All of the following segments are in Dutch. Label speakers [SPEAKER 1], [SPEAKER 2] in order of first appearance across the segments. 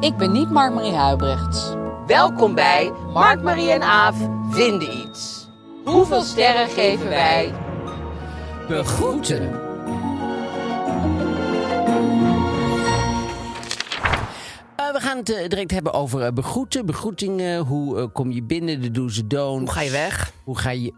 [SPEAKER 1] Ik ben niet Mark-Marie Huibrechts.
[SPEAKER 2] Welkom bij Mark, Marie en Aaf vinden iets. Hoeveel sterren geven wij?
[SPEAKER 1] Begroeten.
[SPEAKER 2] we gaan het eh, direct hebben over eh, begroeten, begroetingen. Hoe eh, kom je binnen, de do's en don'ts. Hoe
[SPEAKER 3] ga je weg?
[SPEAKER 2] Hoe ga je... eh,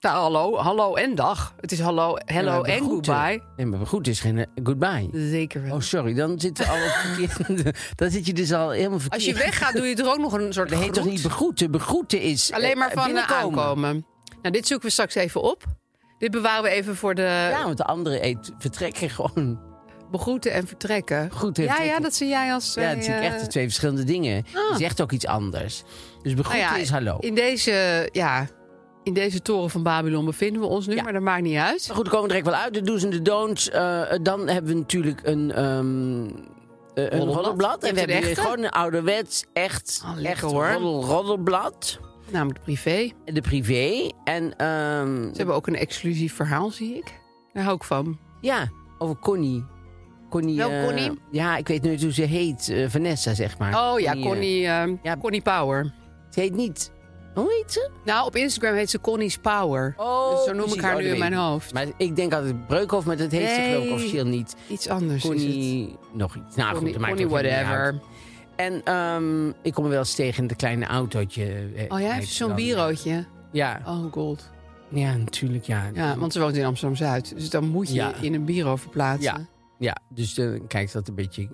[SPEAKER 3] Nou, hallo, hallo en dag. Het is hallo, hello
[SPEAKER 2] Ja,
[SPEAKER 3] en
[SPEAKER 2] begroeten.
[SPEAKER 3] goodbye.
[SPEAKER 2] Nee, maar begroeten is geen eh, goodbye.
[SPEAKER 3] Zeker wel.
[SPEAKER 2] Oh, sorry, dan zitten we al op verkeerde... dan zit je dus al helemaal verkeerd.
[SPEAKER 3] Als je weggaat, doe je er ook nog een soort
[SPEAKER 2] Dat heet toch
[SPEAKER 3] groet?
[SPEAKER 2] niet begroeten? Begroeten is eh,
[SPEAKER 3] Alleen maar van eh,
[SPEAKER 2] binnenkomen.
[SPEAKER 3] aankomen. Nou, dit zoeken we straks even op. Dit bewaren we even voor de
[SPEAKER 2] Ja, want de andere eet vertrekken gewoon.
[SPEAKER 3] begroeten en vertrekken.
[SPEAKER 2] Goed,
[SPEAKER 3] Ja,
[SPEAKER 2] vertrekken.
[SPEAKER 3] ja, dat zie jij als... eh,
[SPEAKER 2] Ja, het zijn echt de twee verschillende dingen.
[SPEAKER 3] Ah.
[SPEAKER 2] Je zegt ook iets anders. Dus
[SPEAKER 3] Nou
[SPEAKER 2] begroeten is hallo.
[SPEAKER 3] In deze, ja, in deze toren van Babylon bevinden we ons nu,
[SPEAKER 2] Ja.
[SPEAKER 3] maar dat maakt niet uit.
[SPEAKER 2] Maar goed, we komen direct wel uit. De do's en de don'ts. Eh, eh, dan hebben we natuurlijk een... ehm eh, een
[SPEAKER 3] Roddelblad.
[SPEAKER 2] roddelblad.
[SPEAKER 3] Je
[SPEAKER 2] En we
[SPEAKER 3] hebt
[SPEAKER 2] hebben
[SPEAKER 3] een
[SPEAKER 2] hier
[SPEAKER 3] echte?
[SPEAKER 2] gewoon een ouderwets, echt,
[SPEAKER 3] Oh, lekker
[SPEAKER 2] echt
[SPEAKER 3] hoor.
[SPEAKER 2] roddel, roddelblad.
[SPEAKER 3] Namelijk privé.
[SPEAKER 2] De privé. En ehm,
[SPEAKER 3] Ze hebben ook een exclusief verhaal, zie ik. Daar hou ik van.
[SPEAKER 2] ja, over Connie. Connie
[SPEAKER 3] Welke
[SPEAKER 2] eh,
[SPEAKER 3] Connie?
[SPEAKER 2] ja, ik weet nooit hoe ze heet. eh, Vanessa, zeg maar.
[SPEAKER 3] Oh ja,
[SPEAKER 2] eh,
[SPEAKER 3] Connie, eh,
[SPEAKER 2] Ja.
[SPEAKER 3] Connie Power.
[SPEAKER 2] Ze heet niet... Hoe heet ze?
[SPEAKER 3] Nou, op Instagram heet ze Connie's Power. dus zo noem
[SPEAKER 2] precies.
[SPEAKER 3] ik haar
[SPEAKER 2] Oh,
[SPEAKER 3] nu
[SPEAKER 2] dat
[SPEAKER 3] in
[SPEAKER 2] weet
[SPEAKER 3] mijn
[SPEAKER 2] ik niet.
[SPEAKER 3] hoofd.
[SPEAKER 2] Maar ik denk altijd Breukhof, maar dat heet ze geloof ik
[SPEAKER 3] Nee.
[SPEAKER 2] officieel niet.
[SPEAKER 3] Iets anders is het.
[SPEAKER 2] Connie, nog iets. Nou goed,
[SPEAKER 3] Connie,
[SPEAKER 2] dat maakt
[SPEAKER 3] Connie
[SPEAKER 2] ook helemaal niet
[SPEAKER 3] whatever.
[SPEAKER 2] uit. En ehm, ik kom hem wel eens tegen in het kleine autootje. eh,
[SPEAKER 3] Oh, jij
[SPEAKER 2] heet
[SPEAKER 3] heeft zo'n
[SPEAKER 2] dan.
[SPEAKER 3] bureautje.
[SPEAKER 2] Ja,
[SPEAKER 3] Oh, god.
[SPEAKER 2] ja natuurlijk, ja. Dus-
[SPEAKER 3] Ja, want ze woont in Amsterdam-Zuid. Dus dan moet je
[SPEAKER 2] Ja.
[SPEAKER 3] in een bureau verplaatsen.
[SPEAKER 2] Ja. Ja, dus dan kijkt dat een beetje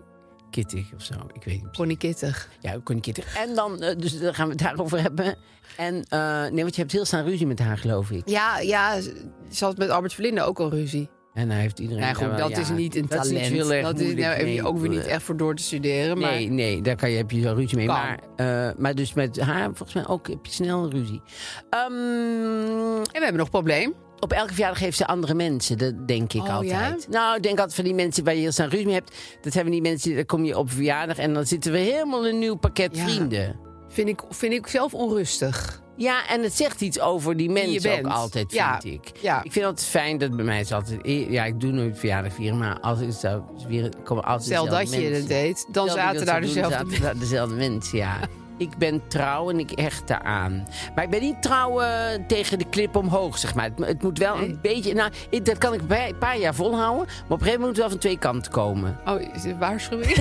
[SPEAKER 2] kittig of zo. Ik weet niet.
[SPEAKER 3] Connie Kittig.
[SPEAKER 2] Ja, kon kittig. En dan, eh, dus daar gaan we het daarover hebben. En, eh, nee, want je hebt heel snel ruzie met haar, geloof ik.
[SPEAKER 3] Ja, ja, ze ze had met Albert Verlinde ook al ruzie.
[SPEAKER 2] En hij heeft iedereen...
[SPEAKER 3] Nee,
[SPEAKER 2] daar
[SPEAKER 3] Nou goed,
[SPEAKER 2] wel-
[SPEAKER 3] dat
[SPEAKER 2] ja,
[SPEAKER 3] is niet een
[SPEAKER 2] dat
[SPEAKER 3] talent.
[SPEAKER 2] is niet heel erg
[SPEAKER 3] dat is
[SPEAKER 2] moeilijk,
[SPEAKER 3] nou, heb je
[SPEAKER 2] nee.
[SPEAKER 3] ook weer niet echt voor door te studeren. Maar
[SPEAKER 2] Nee, nee, daar kan je, heb je wel ruzie mee.
[SPEAKER 3] Kan.
[SPEAKER 2] Maar, eh, maar dus met haar, volgens mij ook, heb je snel ruzie. Ehm,
[SPEAKER 3] En we hebben nog een probleem.
[SPEAKER 2] op elke verjaardag heeft ze andere mensen. Dat denk ik
[SPEAKER 3] Oh,
[SPEAKER 2] altijd. Nou, ik denk altijd van die mensen waar je heel snel ruzie mee hebt. Dat hebben die mensen, dan kom je op verjaardag en dan zitten we helemaal een nieuw pakket
[SPEAKER 3] Ja.
[SPEAKER 2] vrienden.
[SPEAKER 3] Vind ik, vind ik zelf
[SPEAKER 2] Dus
[SPEAKER 3] onrustig.
[SPEAKER 2] Ja, en het zegt iets over die
[SPEAKER 3] je
[SPEAKER 2] mensen ook
[SPEAKER 3] bent.
[SPEAKER 2] altijd, vind
[SPEAKER 3] Ja,
[SPEAKER 2] ik.
[SPEAKER 3] ja.
[SPEAKER 2] Ik vind altijd fijn dat bij mij is altijd... eh, Ja, ik doe nooit verjaardag vieren, maar als ik zou vieren, komen altijd
[SPEAKER 3] Stel
[SPEAKER 2] dezelfde
[SPEAKER 3] dat je
[SPEAKER 2] mensen.
[SPEAKER 3] het deed, dan
[SPEAKER 2] Stel dat
[SPEAKER 3] zaten
[SPEAKER 2] ik
[SPEAKER 3] daar dus
[SPEAKER 2] dat zou doen,
[SPEAKER 3] dezelfde
[SPEAKER 2] zaten daar dezelfde mensen, ja. Ik ben trouw en ik hecht daaraan. Maar ik ben niet trouw eh, tegen de klip omhoog, zeg maar. Het, het moet wel een beetje... Nou, ik- dat kan ik bij- een paar jaar volhouden. Maar op een gegeven moment moet het wel van twee kanten komen.
[SPEAKER 3] Oh, is dit waarschuwing?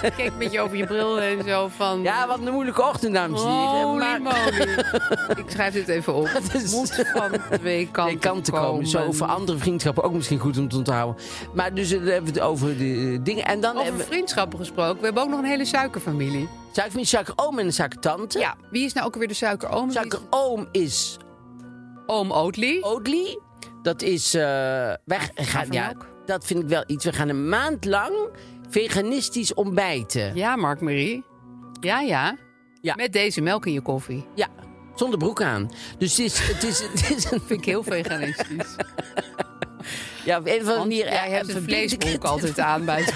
[SPEAKER 3] Kijk een beetje over je bril en zo van...
[SPEAKER 2] Ja, wat een moeilijke ochtend, dames en heren.
[SPEAKER 3] Holy
[SPEAKER 2] Maar-
[SPEAKER 3] moly. Ik schrijf dit even op.
[SPEAKER 2] Dat is-
[SPEAKER 3] Moet van twee kanten,
[SPEAKER 2] Twee kanten komen. Zo voor andere vriendschappen ook misschien goed om te onthouden. Maar dus eh, dan hebben we het over de eh, dingen. En dan
[SPEAKER 3] Over
[SPEAKER 2] hebben we...
[SPEAKER 3] vriendschappen gesproken. We hebben ook nog een hele suikerfamilie.
[SPEAKER 2] Suiker van suikeroom en een suikertante.
[SPEAKER 3] Ja. Wie is nou ook weer de suikeroom?
[SPEAKER 2] Suikeroom is
[SPEAKER 3] Oom Oatly.
[SPEAKER 2] Oatly. Dat is. eh wij gaan, ja,
[SPEAKER 3] melk.
[SPEAKER 2] dat vind ik wel iets. We gaan een maand lang veganistisch ontbijten. Ja.
[SPEAKER 3] Ja, Mark Marie. Ja, ja,
[SPEAKER 2] Ja.
[SPEAKER 3] Met deze melk in je koffie.
[SPEAKER 2] Zonder broek aan. Dus het is, het is, het is een.
[SPEAKER 3] Vind ik heel veganistisch.
[SPEAKER 2] Ja, op een of andere
[SPEAKER 3] Want
[SPEAKER 2] manier.
[SPEAKER 3] jij
[SPEAKER 2] eh,
[SPEAKER 3] hebt een
[SPEAKER 2] verbind ik
[SPEAKER 3] vleesbroek
[SPEAKER 2] het-
[SPEAKER 3] altijd aan bij het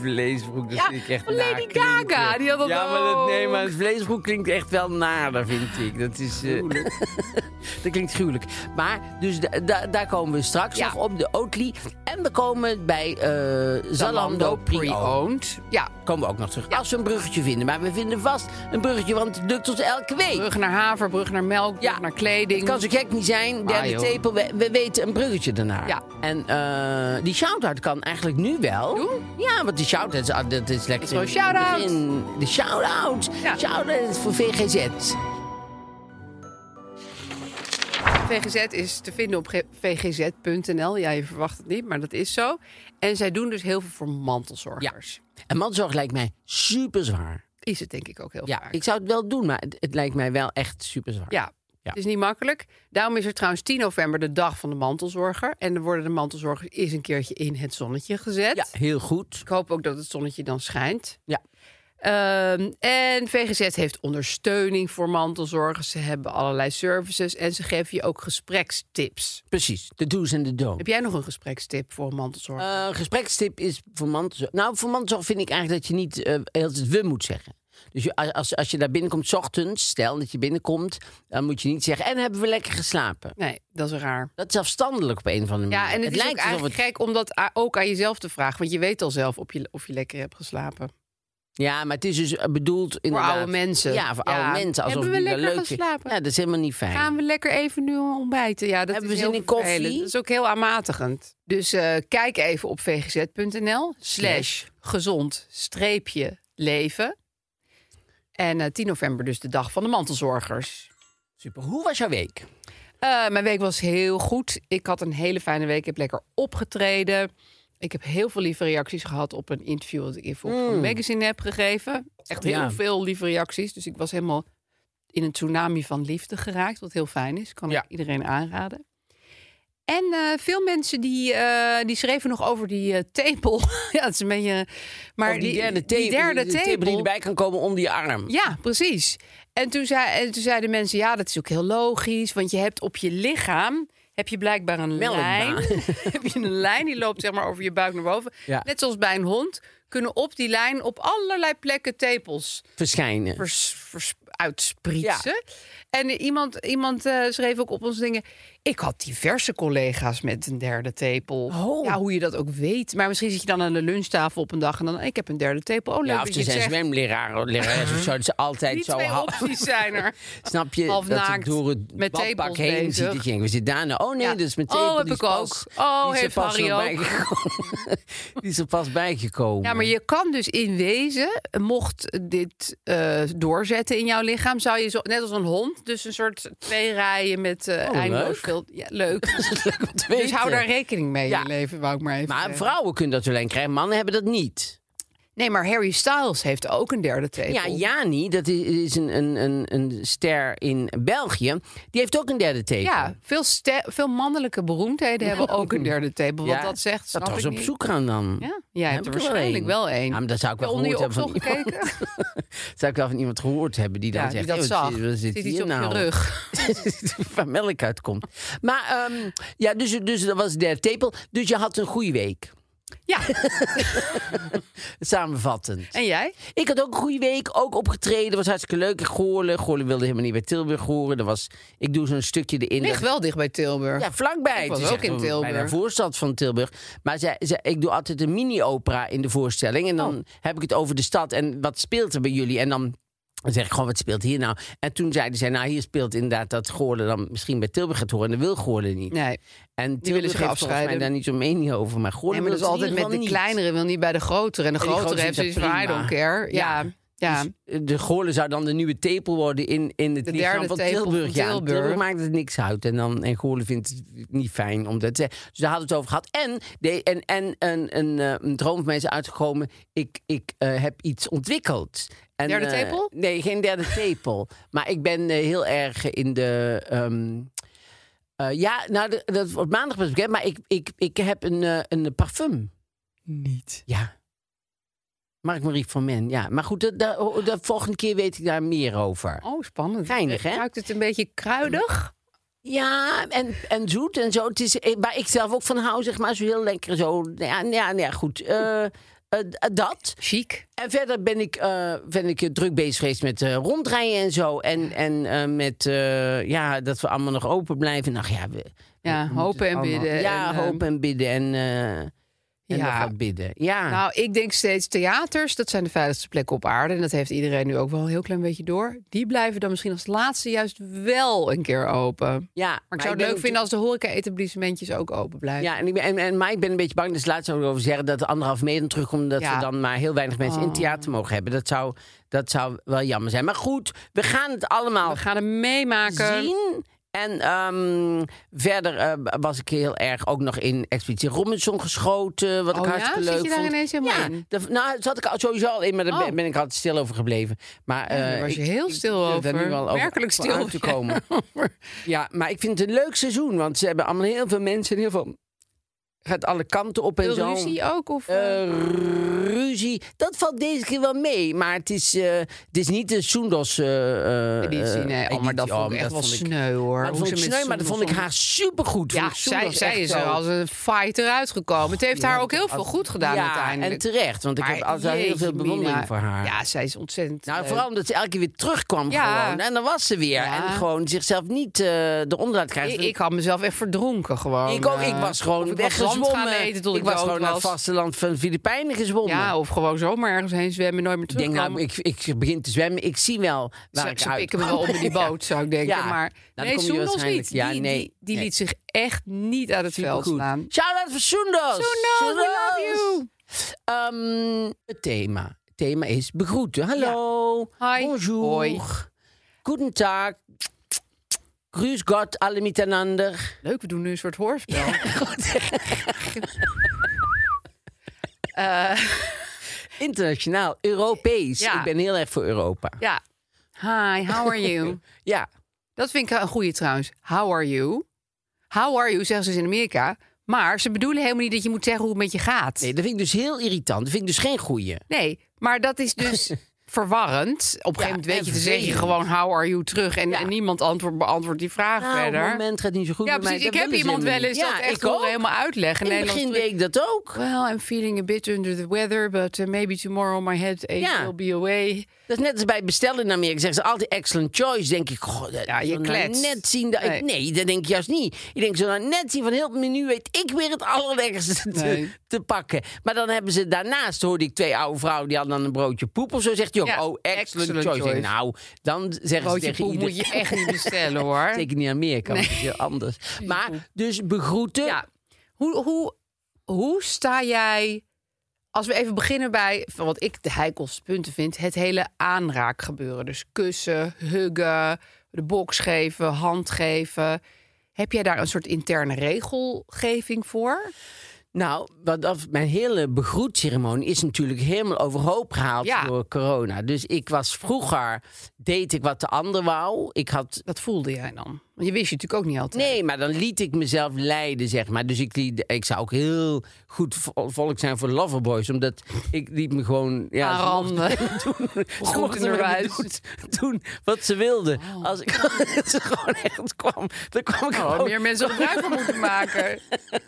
[SPEAKER 2] Vleesbroek, dat
[SPEAKER 3] Ja,
[SPEAKER 2] vind ik echt
[SPEAKER 3] van
[SPEAKER 2] naar
[SPEAKER 3] Lady
[SPEAKER 2] klinken.
[SPEAKER 3] Gaga, die had dat
[SPEAKER 2] ja, maar dat, nee, maar
[SPEAKER 3] ook.
[SPEAKER 2] het vleesbroek klinkt echt wel nader, vind ik. Dat is... eh, Dat klinkt gruwelijk. Maar dus da- da- daar komen we straks
[SPEAKER 3] Ja.
[SPEAKER 2] nog op, de Oatly. En we komen bij eh Zalando, Pre-Owned.
[SPEAKER 3] pre-owned. Ja,
[SPEAKER 2] Komen we ook nog terug. Als we een bruggetje vinden. Maar we vinden vast een bruggetje, want het lukt ons elke week.
[SPEAKER 3] brug naar haver, brug naar melk, brug naar kleding.
[SPEAKER 2] Het kan zo gek niet zijn.
[SPEAKER 3] Maar
[SPEAKER 2] Derde
[SPEAKER 3] joh.
[SPEAKER 2] tepel, we, we weten een bruggetje daarna.
[SPEAKER 3] Ja.
[SPEAKER 2] En eh, die shout-out kan eigenlijk nu wel.
[SPEAKER 3] Doen?
[SPEAKER 2] Ja, want die shout-out is, ah, dat is lekker.
[SPEAKER 3] gewoon
[SPEAKER 2] in het
[SPEAKER 3] shout-out.
[SPEAKER 2] begin. De shout-out.
[SPEAKER 3] Ja.
[SPEAKER 2] Shout-out is voor VGZ.
[SPEAKER 3] VGZ is te vinden op ge- vgz.nl. Ja, je verwacht het niet, maar dat is zo. En zij doen dus heel veel voor mantelzorgers.
[SPEAKER 2] En mantelzorg lijkt mij super zwaar.
[SPEAKER 3] Is het denk ik ook heel
[SPEAKER 2] Ja,
[SPEAKER 3] vaak.
[SPEAKER 2] ik zou het wel doen, maar het, het lijkt mij wel echt super zwaar.
[SPEAKER 3] Ja.
[SPEAKER 2] Ja.
[SPEAKER 3] Het is niet makkelijk. Daarom is er trouwens 10 november de dag van de mantelzorger. En dan worden de mantelzorgers eens een keertje in het zonnetje gezet.
[SPEAKER 2] heel goed.
[SPEAKER 3] Ik hoop ook dat het zonnetje dan schijnt.
[SPEAKER 2] Ja.
[SPEAKER 3] Ehm, en VGZ heeft ondersteuning voor mantelzorgers. Ze hebben allerlei services en ze geven je ook gesprekstips.
[SPEAKER 2] Precies, de do's en de don'ts.
[SPEAKER 3] Heb jij nog een gesprekstip voor een mantelzorger?
[SPEAKER 2] Eh, gesprekstip is voor mantelzorg. Nou, voor mantelzorg vind ik eigenlijk dat je niet eh heel het we moet zeggen. Dus je, als- als, als je daar binnenkomt, 's ochtends, stel dat je binnenkomt, dan moet je niet zeggen. En hebben we lekker geslapen?
[SPEAKER 3] Nee, dat is raar.
[SPEAKER 2] Dat is afstandelijk op een of andere manier.
[SPEAKER 3] Ja, en het, is ook
[SPEAKER 2] lijkt alsof
[SPEAKER 3] eigenlijk
[SPEAKER 2] het.
[SPEAKER 3] gek om dat a- ook aan jezelf te vragen. Want je weet al zelf of je, of je lekker hebt geslapen.
[SPEAKER 2] Ja, maar het is dus eh, bedoeld in.
[SPEAKER 3] oude mensen.
[SPEAKER 2] Ja, voor
[SPEAKER 3] Ja.
[SPEAKER 2] oude mensen. Alsof
[SPEAKER 3] Hebben we
[SPEAKER 2] die dat
[SPEAKER 3] lekker
[SPEAKER 2] leuk vinden.
[SPEAKER 3] geslapen?
[SPEAKER 2] Ja, dat is helemaal niet fijn.
[SPEAKER 3] Gaan we lekker even nu ontbijten? Ja, dat
[SPEAKER 2] Hebben
[SPEAKER 3] is
[SPEAKER 2] we
[SPEAKER 3] heel
[SPEAKER 2] zin in koffie?
[SPEAKER 3] vervelend. Dat is ook heel aanmatigend. Dus eh, kijk even op vgz.nl slash gezond streepje leven. En eh, 10 november dus de dag van de mantelzorgers.
[SPEAKER 2] Super. Hoe was jouw week?
[SPEAKER 3] Eh, mijn week was heel goed. Ik had een hele fijne week. Ik heb lekker opgetreden. Ik heb heel veel lieve reacties gehad op een interview dat ik in Volk van Magazine heb gegeven. Echt heel
[SPEAKER 2] Mm. Ja.
[SPEAKER 3] veel lieve reacties. Dus ik was helemaal in een tsunami van liefde geraakt. Wat heel fijn is. Kan
[SPEAKER 2] Ja.
[SPEAKER 3] ik iedereen aanraden. En eh, veel mensen die, eh, die schreven nog over die eh, tepel. ja, dat is een beetje... Maar
[SPEAKER 2] Of
[SPEAKER 3] die derde
[SPEAKER 2] die, tepel die erbij kan komen onder je arm.
[SPEAKER 3] ja, precies. En toen, zei, en toen zeiden mensen, ja, dat is ook heel logisch. Want je hebt op je lichaam, heb je blijkbaar een
[SPEAKER 2] Melkbaan.
[SPEAKER 3] lijn. heb je een lijn die loopt zeg maar over je buik naar boven.
[SPEAKER 2] Ja.
[SPEAKER 3] Net zoals bij een hond kunnen op die lijn op allerlei plekken tepels
[SPEAKER 2] Verschijnen.
[SPEAKER 3] vers, vers- uitsprietsen. En iemand, iemand eh, schreef ook op ons dingen... ik had diverse collega's met een derde tepel.
[SPEAKER 2] Oh.
[SPEAKER 3] Ja, hoe je dat ook weet. Maar misschien zit je dan aan de lunchtafel op een dag... en dan, ik heb een derde tepel. Oh, leuk
[SPEAKER 2] ja, of
[SPEAKER 3] dat
[SPEAKER 2] ze
[SPEAKER 3] je het
[SPEAKER 2] zijn
[SPEAKER 3] zegt.
[SPEAKER 2] zwemleraar of lerares of zo. Dat ze altijd
[SPEAKER 3] Die
[SPEAKER 2] zo
[SPEAKER 3] twee
[SPEAKER 2] hou-
[SPEAKER 3] opties zijn er.
[SPEAKER 2] Snap je?
[SPEAKER 3] Half
[SPEAKER 2] dat
[SPEAKER 3] naakt,
[SPEAKER 2] het door het
[SPEAKER 3] met
[SPEAKER 2] badpak
[SPEAKER 3] tepels
[SPEAKER 2] heen
[SPEAKER 3] bezig.
[SPEAKER 2] ziet. Dat je denkt, we zitten daar nou. Oh nee,
[SPEAKER 3] Ja.
[SPEAKER 2] dat is met
[SPEAKER 3] Oh,
[SPEAKER 2] tepel.
[SPEAKER 3] heb
[SPEAKER 2] die
[SPEAKER 3] ik
[SPEAKER 2] is pas-
[SPEAKER 3] ook. Oh,
[SPEAKER 2] die is er
[SPEAKER 3] heeft
[SPEAKER 2] pas
[SPEAKER 3] Harry
[SPEAKER 2] nog
[SPEAKER 3] ook.
[SPEAKER 2] bijgekomen. die is er pas bijgekomen.
[SPEAKER 3] Ja, maar je kan dus in wezen, mocht dit eh, doorzetten in jouw lichaam, zou je zo, net als een hond, dus een soort twee rijen met eh
[SPEAKER 2] Oh,
[SPEAKER 3] eindeloos
[SPEAKER 2] leuk.
[SPEAKER 3] veel- Ja, leuk.
[SPEAKER 2] Dat is leuk om te
[SPEAKER 3] dus hou
[SPEAKER 2] weten.
[SPEAKER 3] daar rekening mee
[SPEAKER 2] Ja.
[SPEAKER 3] in je leven, wou ik maar even
[SPEAKER 2] Maar
[SPEAKER 3] zeggen.
[SPEAKER 2] vrouwen kunnen dat alleen krijgen, mannen hebben dat niet.
[SPEAKER 3] Nee, maar Harry Styles heeft ook een derde tepel.
[SPEAKER 2] Ja, Jani, dat is, is een, een, een, een ster in België, die heeft ook een derde tepel.
[SPEAKER 3] Ja, veel, ste- veel mannelijke beroemdheden hebben ook een derde tepel. Wat
[SPEAKER 2] Ja,
[SPEAKER 3] dat zegt, snap
[SPEAKER 2] dat
[SPEAKER 3] ik
[SPEAKER 2] was op
[SPEAKER 3] niet.
[SPEAKER 2] zoek gaan dan.
[SPEAKER 3] Ja, jij
[SPEAKER 2] Heb
[SPEAKER 3] hebt er
[SPEAKER 2] ik er wel
[SPEAKER 3] waarschijnlijk
[SPEAKER 2] een.
[SPEAKER 3] wel één.
[SPEAKER 2] Ja, maar dat zou ik wel
[SPEAKER 3] Heb je
[SPEAKER 2] gehoord
[SPEAKER 3] onder
[SPEAKER 2] hebben
[SPEAKER 3] je
[SPEAKER 2] van
[SPEAKER 3] oksel
[SPEAKER 2] iemand.
[SPEAKER 3] gekeken?
[SPEAKER 2] Zou ik wel van iemand gehoord hebben die dan
[SPEAKER 3] Ja,
[SPEAKER 2] zegt...
[SPEAKER 3] die
[SPEAKER 2] "Hey,
[SPEAKER 3] dat
[SPEAKER 2] wat
[SPEAKER 3] zag.
[SPEAKER 2] zit- wat zit
[SPEAKER 3] Zit
[SPEAKER 2] hier
[SPEAKER 3] iets op je
[SPEAKER 2] nou?"
[SPEAKER 3] rug.
[SPEAKER 2] waar melk uit komt. Maar ehm, ja, dus, dus dat was de tepel. Dus je had een goede week.
[SPEAKER 3] Ja,
[SPEAKER 2] Samenvattend.
[SPEAKER 3] en jij?
[SPEAKER 2] Ik had ook een goede week, ook opgetreden. was hartstikke leuk in Goorlen. Goorlen wilde helemaal niet bij Tilburg horen. Dat was, ik doe zo'n stukje erin.
[SPEAKER 3] Ligt
[SPEAKER 2] dat-
[SPEAKER 3] wel dicht bij Tilburg.
[SPEAKER 2] Ja, vlakbij.
[SPEAKER 3] Ik was
[SPEAKER 2] Het is
[SPEAKER 3] ook
[SPEAKER 2] echt
[SPEAKER 3] in Tilburg.
[SPEAKER 2] Bijna voorstad van Tilburg. Maar zij, zij, ik doe altijd een mini-opera in de voorstelling. En
[SPEAKER 3] Oh.
[SPEAKER 2] dan heb ik het over de stad en wat speelt er bij jullie. En dan zeg ik gewoon, wat speelt hier nou? En toen zeiden zij, nou hier speelt inderdaad dat Goorlen dan misschien bij Tilburg gaat horen. En dat wil Goorlen niet.
[SPEAKER 3] Nee.
[SPEAKER 2] En
[SPEAKER 3] Die willen
[SPEAKER 2] Tilburg
[SPEAKER 3] zich
[SPEAKER 2] heeft volgens mij
[SPEAKER 3] afscheiden.
[SPEAKER 2] daar niet zo'n mening over. Maar Goorlen
[SPEAKER 3] Nee, maar
[SPEAKER 2] wil
[SPEAKER 3] dat is
[SPEAKER 2] het in
[SPEAKER 3] altijd
[SPEAKER 2] ieder
[SPEAKER 3] met de
[SPEAKER 2] geval niet.
[SPEAKER 3] kleinere wil niet bij de grotere. En de
[SPEAKER 2] die
[SPEAKER 3] grotere
[SPEAKER 2] grotere
[SPEAKER 3] heeft
[SPEAKER 2] vindt
[SPEAKER 3] zoiets
[SPEAKER 2] dat
[SPEAKER 3] van, I
[SPEAKER 2] prima.
[SPEAKER 3] don't care. Ja,
[SPEAKER 2] Ja.
[SPEAKER 3] ja.
[SPEAKER 2] Dus de Goorlen zou dan de nieuwe tepel worden in, in het
[SPEAKER 3] De
[SPEAKER 2] lichaam
[SPEAKER 3] derde
[SPEAKER 2] van
[SPEAKER 3] tepel van
[SPEAKER 2] Tilburg. Ja, en
[SPEAKER 3] Tilburg.
[SPEAKER 2] Tilburg maakt het niks uit. En, dan, en Goorlen vindt het niet fijn om dat te zeggen. Dus daar hadden we het over gehad. En, de, en, en een, een, eh, een droom van mij is uitgekomen. Ik, ik eh, heb iets ontwikkeld. En,
[SPEAKER 3] Derde
[SPEAKER 2] eh,
[SPEAKER 3] tepel?
[SPEAKER 2] nee, geen derde tepel. maar ik ben eh, heel erg in de... ehm, eh, ja, nou, de- dat wordt maandag pas bekend. Maar ik, ik, ik heb een, eh, een parfum.
[SPEAKER 3] Niet.
[SPEAKER 2] Ja. Mark-Marie van Men, ja. Maar goed, de, de, de volgende keer weet ik daar meer over.
[SPEAKER 3] Oh, spannend.
[SPEAKER 2] Geinig, hè?
[SPEAKER 3] Ruikt het een beetje kruidig?
[SPEAKER 2] Ja, en, en zoet en zo. Het is, eh, waar ik zelf ook van hou, zeg maar. Zo heel lekker zo. Ja, ja, ja goed. Eh, eh, d- eh, dat.
[SPEAKER 3] Chic.
[SPEAKER 2] En verder ben ik, eh, ben ik eh, druk bezig geweest met eh, rondrijden en zo. En, en eh, met eh, ja, dat we allemaal nog open blijven. Nou ja, we,
[SPEAKER 3] Ja,
[SPEAKER 2] we moeten
[SPEAKER 3] hopen en
[SPEAKER 2] allemaal-
[SPEAKER 3] bidden
[SPEAKER 2] Ja,
[SPEAKER 3] en, ehm,
[SPEAKER 2] hopen en bidden en, eh, en nog
[SPEAKER 3] Ja.
[SPEAKER 2] wat bidden. Ja,
[SPEAKER 3] Nou, ik denk steeds theaters, dat zijn de veiligste plekken op aarde. En dat heeft iedereen nu ook wel een heel klein beetje door. Die blijven dan misschien als laatste juist wel een keer open.
[SPEAKER 2] ja.
[SPEAKER 3] Maar ik zou
[SPEAKER 2] ben
[SPEAKER 3] het leuk
[SPEAKER 2] ook-
[SPEAKER 3] vinden als de horeca-etablissementjes ook open blijven.
[SPEAKER 2] Ja, en ik ben, en, en, maar ik ben een beetje bang, dus laat zou ik over zeggen dat de anderhalf meter terugkomt. Dat
[SPEAKER 3] Ja. Oh.
[SPEAKER 2] we dan maar heel weinig mensen in het theater mogen hebben. Dat zou, dat zou wel jammer zijn. Maar goed, we gaan het allemaal
[SPEAKER 3] We gaan hem meemaken.
[SPEAKER 2] zien. En ehm, verder eh, was ik heel erg ook nog in Expeditie Robinson geschoten. Wat
[SPEAKER 3] Oh
[SPEAKER 2] ik
[SPEAKER 3] ja?
[SPEAKER 2] hartstikke
[SPEAKER 3] Zit
[SPEAKER 2] leuk
[SPEAKER 3] je daar
[SPEAKER 2] vond.
[SPEAKER 3] ineens helemaal
[SPEAKER 2] ja,
[SPEAKER 3] in?
[SPEAKER 2] daar- nou, zat ik al- sowieso al in, maar daar ben-
[SPEAKER 3] Oh.
[SPEAKER 2] ben ik altijd stil over gebleven. Maar,
[SPEAKER 3] daar
[SPEAKER 2] eh,
[SPEAKER 3] was je
[SPEAKER 2] ik-
[SPEAKER 3] heel
[SPEAKER 2] ik
[SPEAKER 3] stil
[SPEAKER 2] durf daar
[SPEAKER 3] over.
[SPEAKER 2] Nu wel
[SPEAKER 3] Merkelijk
[SPEAKER 2] voor
[SPEAKER 3] stil
[SPEAKER 2] uit te komen. ja, maar ik vind het een leuk seizoen, want ze hebben allemaal heel veel mensen en heel veel... Gaat alle kanten op en
[SPEAKER 3] Veel
[SPEAKER 2] zo.
[SPEAKER 3] ruzie ook? Of, eh,
[SPEAKER 2] Eh, ruzie. Dat valt deze keer wel mee. Maar het is, eh, het is niet de Soendos. eh, eh,
[SPEAKER 3] editie? Nee,
[SPEAKER 2] eh,
[SPEAKER 3] oh, maar dat
[SPEAKER 2] editie.
[SPEAKER 3] vond
[SPEAKER 2] maar
[SPEAKER 3] ik echt wel
[SPEAKER 2] vond ik-
[SPEAKER 3] sneu, hoor.
[SPEAKER 2] maar
[SPEAKER 3] Hoe
[SPEAKER 2] dat vond
[SPEAKER 3] ze
[SPEAKER 2] ik
[SPEAKER 3] met
[SPEAKER 2] sneu, maar dat vond ik
[SPEAKER 3] Soendos
[SPEAKER 2] haar supergoed.
[SPEAKER 3] Ja,
[SPEAKER 2] Vond ik Soendos
[SPEAKER 3] zij, zij
[SPEAKER 2] echt
[SPEAKER 3] is
[SPEAKER 2] zo-
[SPEAKER 3] er als een fighter uitgekomen. Het heeft haar ook heel veel goed gedaan
[SPEAKER 2] ja,
[SPEAKER 3] uiteindelijk.
[SPEAKER 2] en terecht. Want ik
[SPEAKER 3] Maar
[SPEAKER 2] heb altijd heel
[SPEAKER 3] jeetje,
[SPEAKER 2] veel bewondering
[SPEAKER 3] Mina.
[SPEAKER 2] voor haar.
[SPEAKER 3] Ja, zij is ontzettend
[SPEAKER 2] nou,
[SPEAKER 3] leuk.
[SPEAKER 2] vooral omdat ze elke keer weer terugkwam
[SPEAKER 3] Ja.
[SPEAKER 2] gewoon. En dan was ze weer.
[SPEAKER 3] Ja.
[SPEAKER 2] En gewoon zichzelf niet eh eronder laat krijgen.
[SPEAKER 3] Ik, ik had mezelf echt verdronken gewoon. eh,
[SPEAKER 2] ik, ook, ik was gewoon
[SPEAKER 3] Of ik was zand
[SPEAKER 2] weggezwommen.
[SPEAKER 3] gaan eten tot
[SPEAKER 2] ik
[SPEAKER 3] ik
[SPEAKER 2] was
[SPEAKER 3] dood
[SPEAKER 2] gewoon naar het
[SPEAKER 3] was.
[SPEAKER 2] vasteland van de Filipijnen gezwommen.
[SPEAKER 3] Ja, of gewoon zomaar ergens heen zwemmen en nooit meer
[SPEAKER 2] Ik denk,
[SPEAKER 3] terugkomen.
[SPEAKER 2] nou, ik, ik begin te zwemmen. Ik zie wel waar
[SPEAKER 3] ze,
[SPEAKER 2] ik
[SPEAKER 3] ze
[SPEAKER 2] uit
[SPEAKER 3] pikken me wel op met die boot, zou ik denken.
[SPEAKER 2] Ja.
[SPEAKER 3] Maar
[SPEAKER 2] Nou, dan
[SPEAKER 3] nee,
[SPEAKER 2] kom je
[SPEAKER 3] Soendos
[SPEAKER 2] waarschijnlijk-
[SPEAKER 3] niet.
[SPEAKER 2] ja,
[SPEAKER 3] die,
[SPEAKER 2] nee,
[SPEAKER 3] die, die
[SPEAKER 2] nee.
[SPEAKER 3] liet zich echt niet uit het veld
[SPEAKER 2] Supergoed.
[SPEAKER 3] slaan.
[SPEAKER 2] Shout-out voor Soendos.
[SPEAKER 3] Soendos, we love you.
[SPEAKER 2] Ehm, het thema. Het thema is begroeten. Hallo.
[SPEAKER 3] Ja. Hi.
[SPEAKER 2] Bonjour.
[SPEAKER 3] Hoi.
[SPEAKER 2] Guten Tag. Grüß Gott, alle miteinander.
[SPEAKER 3] Leuk, we doen nu een soort hoorspel.
[SPEAKER 2] Internationaal, Europees.
[SPEAKER 3] Ja.
[SPEAKER 2] Ik ben heel erg voor Europa.
[SPEAKER 3] Ja. Hi, how are you?
[SPEAKER 2] Ja.
[SPEAKER 3] Dat vind ik een goeie trouwens. How are you? How are you, zeggen ze dus in Amerika. Maar ze bedoelen helemaal niet dat je moet zeggen hoe het met je gaat.
[SPEAKER 2] Nee, dat vind ik dus heel irritant. Dat vind ik dus geen goeie.
[SPEAKER 3] Nee, maar dat is dus verwarrend. Op
[SPEAKER 2] Ja,
[SPEAKER 3] een gegeven moment weet
[SPEAKER 2] en
[SPEAKER 3] je, dan zeg je
[SPEAKER 2] vervelend.
[SPEAKER 3] gewoon how are you terug. En,
[SPEAKER 2] Ja.
[SPEAKER 3] en niemand antwoord, beantwoordt die vraag
[SPEAKER 2] Nou, op het
[SPEAKER 3] Ah, verder.
[SPEAKER 2] moment gaat het niet zo goed
[SPEAKER 3] Ja,
[SPEAKER 2] met mij.
[SPEAKER 3] precies. Ik
[SPEAKER 2] Dat
[SPEAKER 3] heb
[SPEAKER 2] willen ze
[SPEAKER 3] iemand wel
[SPEAKER 2] helemaal
[SPEAKER 3] eens
[SPEAKER 2] niet.
[SPEAKER 3] dat
[SPEAKER 2] Ja,
[SPEAKER 3] echt
[SPEAKER 2] ik ook.
[SPEAKER 3] horen helemaal uitleggen.
[SPEAKER 2] In het
[SPEAKER 3] Nederlands
[SPEAKER 2] begin deed ik dat ook.
[SPEAKER 3] Well, I'm feeling a bit under the weather, but uh, maybe tomorrow my head ache
[SPEAKER 2] Ja.
[SPEAKER 3] will be away.
[SPEAKER 2] Dat is net als bij bestellen in Amerika. Zeggen ze altijd excellent choice. Denk ik, goh, dat
[SPEAKER 3] Ja, je
[SPEAKER 2] zal nou
[SPEAKER 3] kletst.
[SPEAKER 2] net zien. Dat,
[SPEAKER 3] Nee.
[SPEAKER 2] nee. dat denk ik juist niet. Ik denk zo nou net zien van heel het menu weet ik weer het allerlekkerste te,
[SPEAKER 3] Nee.
[SPEAKER 2] te pakken. Maar dan hebben ze daarnaast, hoorde ik twee oude vrouwen die hadden dan een broodje poep of zo. Zegt hij ook,
[SPEAKER 3] Ja,
[SPEAKER 2] oh, excellent,
[SPEAKER 3] excellent
[SPEAKER 2] choice.
[SPEAKER 3] choice.
[SPEAKER 2] Ik denk, nou, dan zeggen ze
[SPEAKER 3] Broodje
[SPEAKER 2] tegen
[SPEAKER 3] poep
[SPEAKER 2] iedereen.
[SPEAKER 3] moet je echt niet bestellen, hoor.
[SPEAKER 2] Zeker niet in Amerika, want het is heel anders. Maar dus begroeten.
[SPEAKER 3] Ja. Hoe, hoe, hoe sta jij... Als we even beginnen bij van wat ik de heikelste punten vind... het hele aanraakgebeuren. Dus kussen, huggen, de box geven, hand geven. Heb jij daar een soort interne regelgeving voor?
[SPEAKER 2] Nou, wat af, mijn hele begroetceremonie is natuurlijk helemaal overhoop gehaald
[SPEAKER 3] Ja.
[SPEAKER 2] door corona. Dus ik was vroeger, deed ik wat de ander wou. Ik had.
[SPEAKER 3] Dat voelde jij dan? Want je wist je natuurlijk ook niet altijd.
[SPEAKER 2] Nee, maar dan liet ik mezelf leiden, zeg maar. Dus ik, liet, ik zou ook heel goed vo- volk zijn voor Loverboys. Omdat ik liet me gewoon... Ja, ze mochten-
[SPEAKER 3] Aanranden.
[SPEAKER 2] Toen, ze mochten met me
[SPEAKER 3] Groenderwijs.
[SPEAKER 2] doen, doen wat ze wilden.
[SPEAKER 3] Oh.
[SPEAKER 2] Als ik als het gewoon echt kwam, dan kwam ik
[SPEAKER 3] Daar hadden
[SPEAKER 2] gewoon...
[SPEAKER 3] Oh, meer mensen gebruik van moeten maken.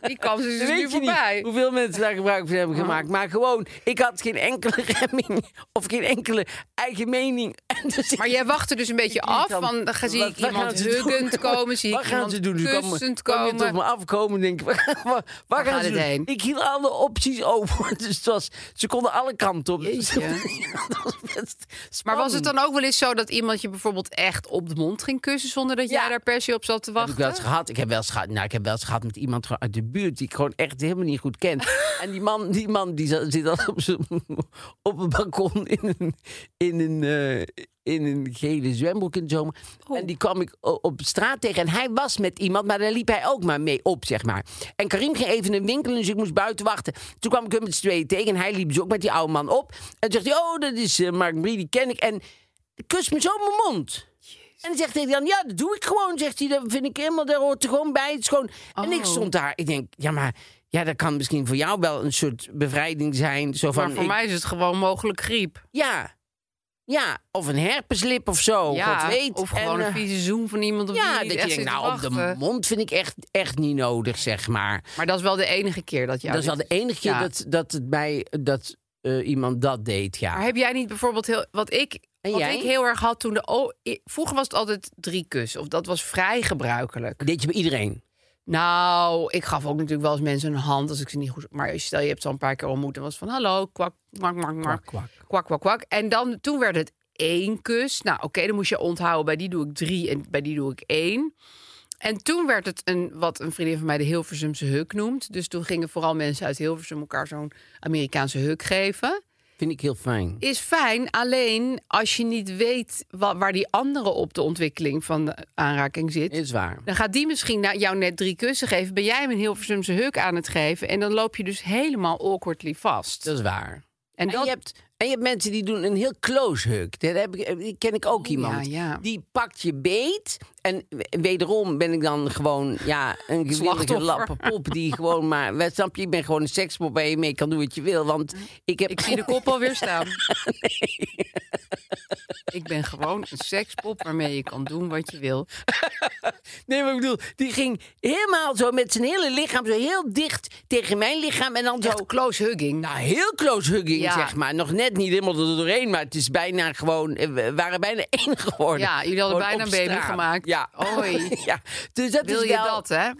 [SPEAKER 3] Die kans
[SPEAKER 2] Dan
[SPEAKER 3] is dus nu
[SPEAKER 2] weet je
[SPEAKER 3] voorbij.
[SPEAKER 2] niet hoeveel mensen daar gebruik van hebben gemaakt. Maar gewoon, ik had geen enkele remming of geen enkele eigen mening. En dus
[SPEAKER 3] Maar
[SPEAKER 2] ik-
[SPEAKER 3] jij wachtte dus een beetje
[SPEAKER 2] ik liet
[SPEAKER 3] af.
[SPEAKER 2] dan-
[SPEAKER 3] Van, dan zie
[SPEAKER 2] wat-
[SPEAKER 3] ik
[SPEAKER 2] wat
[SPEAKER 3] iemand
[SPEAKER 2] gaan ze doen?
[SPEAKER 3] huggend komen. Zie
[SPEAKER 2] Wat
[SPEAKER 3] ik
[SPEAKER 2] gaan
[SPEAKER 3] iemand
[SPEAKER 2] ze doen? Nu kwam-
[SPEAKER 3] kussend
[SPEAKER 2] kwam je
[SPEAKER 3] komen.
[SPEAKER 2] tot me afkomen en denk ik, waar, waar, waar gaan
[SPEAKER 3] gaat
[SPEAKER 2] ze
[SPEAKER 3] het
[SPEAKER 2] doen?
[SPEAKER 3] heen?
[SPEAKER 2] Ik hield alle opties open. Dus het was, ze konden alle kanten op. Dus
[SPEAKER 3] Jeetje.
[SPEAKER 2] dat was best
[SPEAKER 3] Maar was het
[SPEAKER 2] spannend.
[SPEAKER 3] dan ook wel eens zo dat iemand je bijvoorbeeld echt op de mond ging kussen zonder dat jij
[SPEAKER 2] Ja.
[SPEAKER 3] daar per se op zat te
[SPEAKER 2] Heb ik wel eens
[SPEAKER 3] wachten?
[SPEAKER 2] gehad. Ik heb wel eens gehad. Nou, ik heb wel eens gehad met iemand gewoon uit de buurt die ik gewoon echt helemaal niet goed ken. en die man, die man, die zat- zit al op zijn op een balkon in een in een eh, in een gele zwembroek in de zomer. En die kwam ik o- op straat tegen. En hij was met iemand, maar daar liep hij ook maar mee op, zeg maar. En Karim ging even een winkel, dus ik moest buiten wachten. Toen kwam ik hem met z'n tweeën tegen. En hij liep dus ook met die oude man op. En toen zegt hij, oh, dat is eh, Mark Brie, die ken ik. En kus me zo op mijn mond. En dan zegt hij dan, ja, dat doe ik gewoon. Zegt hij, dat vind ik helemaal, daar hoort er gewoon bij. Het is gewoon... En
[SPEAKER 3] Oh.
[SPEAKER 2] ik stond daar, ik denk, ja, maar ja, dat kan misschien voor jou wel een soort bevrijding zijn. Zo van,
[SPEAKER 3] Maar voor
[SPEAKER 2] ik-
[SPEAKER 3] mij is het gewoon mogelijk griep.
[SPEAKER 2] Ja. Ja, of een herpeslip of zo,
[SPEAKER 3] ja,
[SPEAKER 2] God weet.
[SPEAKER 3] of gewoon
[SPEAKER 2] En,
[SPEAKER 3] een
[SPEAKER 2] eh,
[SPEAKER 3] vieze zoen van iemand. Of
[SPEAKER 2] Ja, dat
[SPEAKER 3] die echt
[SPEAKER 2] je denkt,
[SPEAKER 3] zit te
[SPEAKER 2] nou, op de
[SPEAKER 3] wachten.
[SPEAKER 2] mond vind ik echt, echt niet nodig, zeg maar.
[SPEAKER 3] Maar dat is wel de enige keer dat jou
[SPEAKER 2] dat is wel
[SPEAKER 3] dit-
[SPEAKER 2] de enige keer
[SPEAKER 3] Ja.
[SPEAKER 2] dat, dat het mij... Dat, eh, iemand dat deed, ja.
[SPEAKER 3] Maar heb jij niet bijvoorbeeld heel. Wat ik,
[SPEAKER 2] En
[SPEAKER 3] wat
[SPEAKER 2] jij?
[SPEAKER 3] ik heel erg had toen de. o- i- vroeger was het altijd drie kussen. Of dat was vrij gebruikelijk.
[SPEAKER 2] Deed je bij iedereen?
[SPEAKER 3] Nou, ik gaf ook natuurlijk wel eens mensen een hand als ik ze niet goed. Maar stel je hebt ze al een paar keer ontmoet en was van hallo, kwak, kwak, kwak, kwak,
[SPEAKER 2] kwak.
[SPEAKER 3] kwak, kwak, kwak, En dan toen werd het één kus. Nou, oké, dan moest je onthouden. Bij die doe ik drie en bij die doe ik één. En toen werd het een wat een vriendin van mij de Hilversumse huk noemt. Dus toen gingen vooral mensen uit Hilversum elkaar zo'n Amerikaanse huk geven.
[SPEAKER 2] Vind ik heel fijn.
[SPEAKER 3] Is fijn, alleen als je niet weet wa- waar die andere op de ontwikkeling van de aanraking zit.
[SPEAKER 2] Is waar.
[SPEAKER 3] Dan gaat die misschien nou, jou net drie kussen geven. Ben jij hem een Hilversumse huk aan het geven. En dan loop je dus helemaal awkwardly vast.
[SPEAKER 2] Dat is waar.
[SPEAKER 3] en
[SPEAKER 2] En,
[SPEAKER 3] dat,
[SPEAKER 2] je hebt, en je hebt mensen die doen een heel close hug. Dat heb ik, die ken ik ook iemand.
[SPEAKER 3] ja.
[SPEAKER 2] Die pakt je beet. En we- wederom ben ik dan gewoon ja, een gewillige
[SPEAKER 3] Slachtoffer.
[SPEAKER 2] lappe pop. Die gewoon maar... Wat Snap je, ik ben gewoon een sekspop waar je mee kan doen wat je wil. Want ik heb...
[SPEAKER 3] ik zie de kop alweer staan. Ik ben gewoon een sekspop waarmee je kan doen wat je wil.
[SPEAKER 2] Nee, maar ik bedoel, die ging helemaal zo met zijn hele lichaam... zo heel dicht tegen mijn lichaam. En dan zo...
[SPEAKER 3] Echt close hugging.
[SPEAKER 2] Nou, heel close hugging,
[SPEAKER 3] Ja.
[SPEAKER 2] zeg maar. Nog net niet helemaal er doorheen, maar het is bijna gewoon... eh, We waren bijna één geworden.
[SPEAKER 3] ja, jullie hadden
[SPEAKER 2] Gewoon
[SPEAKER 3] bijna een
[SPEAKER 2] op
[SPEAKER 3] baby
[SPEAKER 2] straat.
[SPEAKER 3] gemaakt.
[SPEAKER 2] Ja.
[SPEAKER 3] Oei.
[SPEAKER 2] ja. Dus dat
[SPEAKER 3] Wil
[SPEAKER 2] is
[SPEAKER 3] je
[SPEAKER 2] wel-
[SPEAKER 3] dat, hè?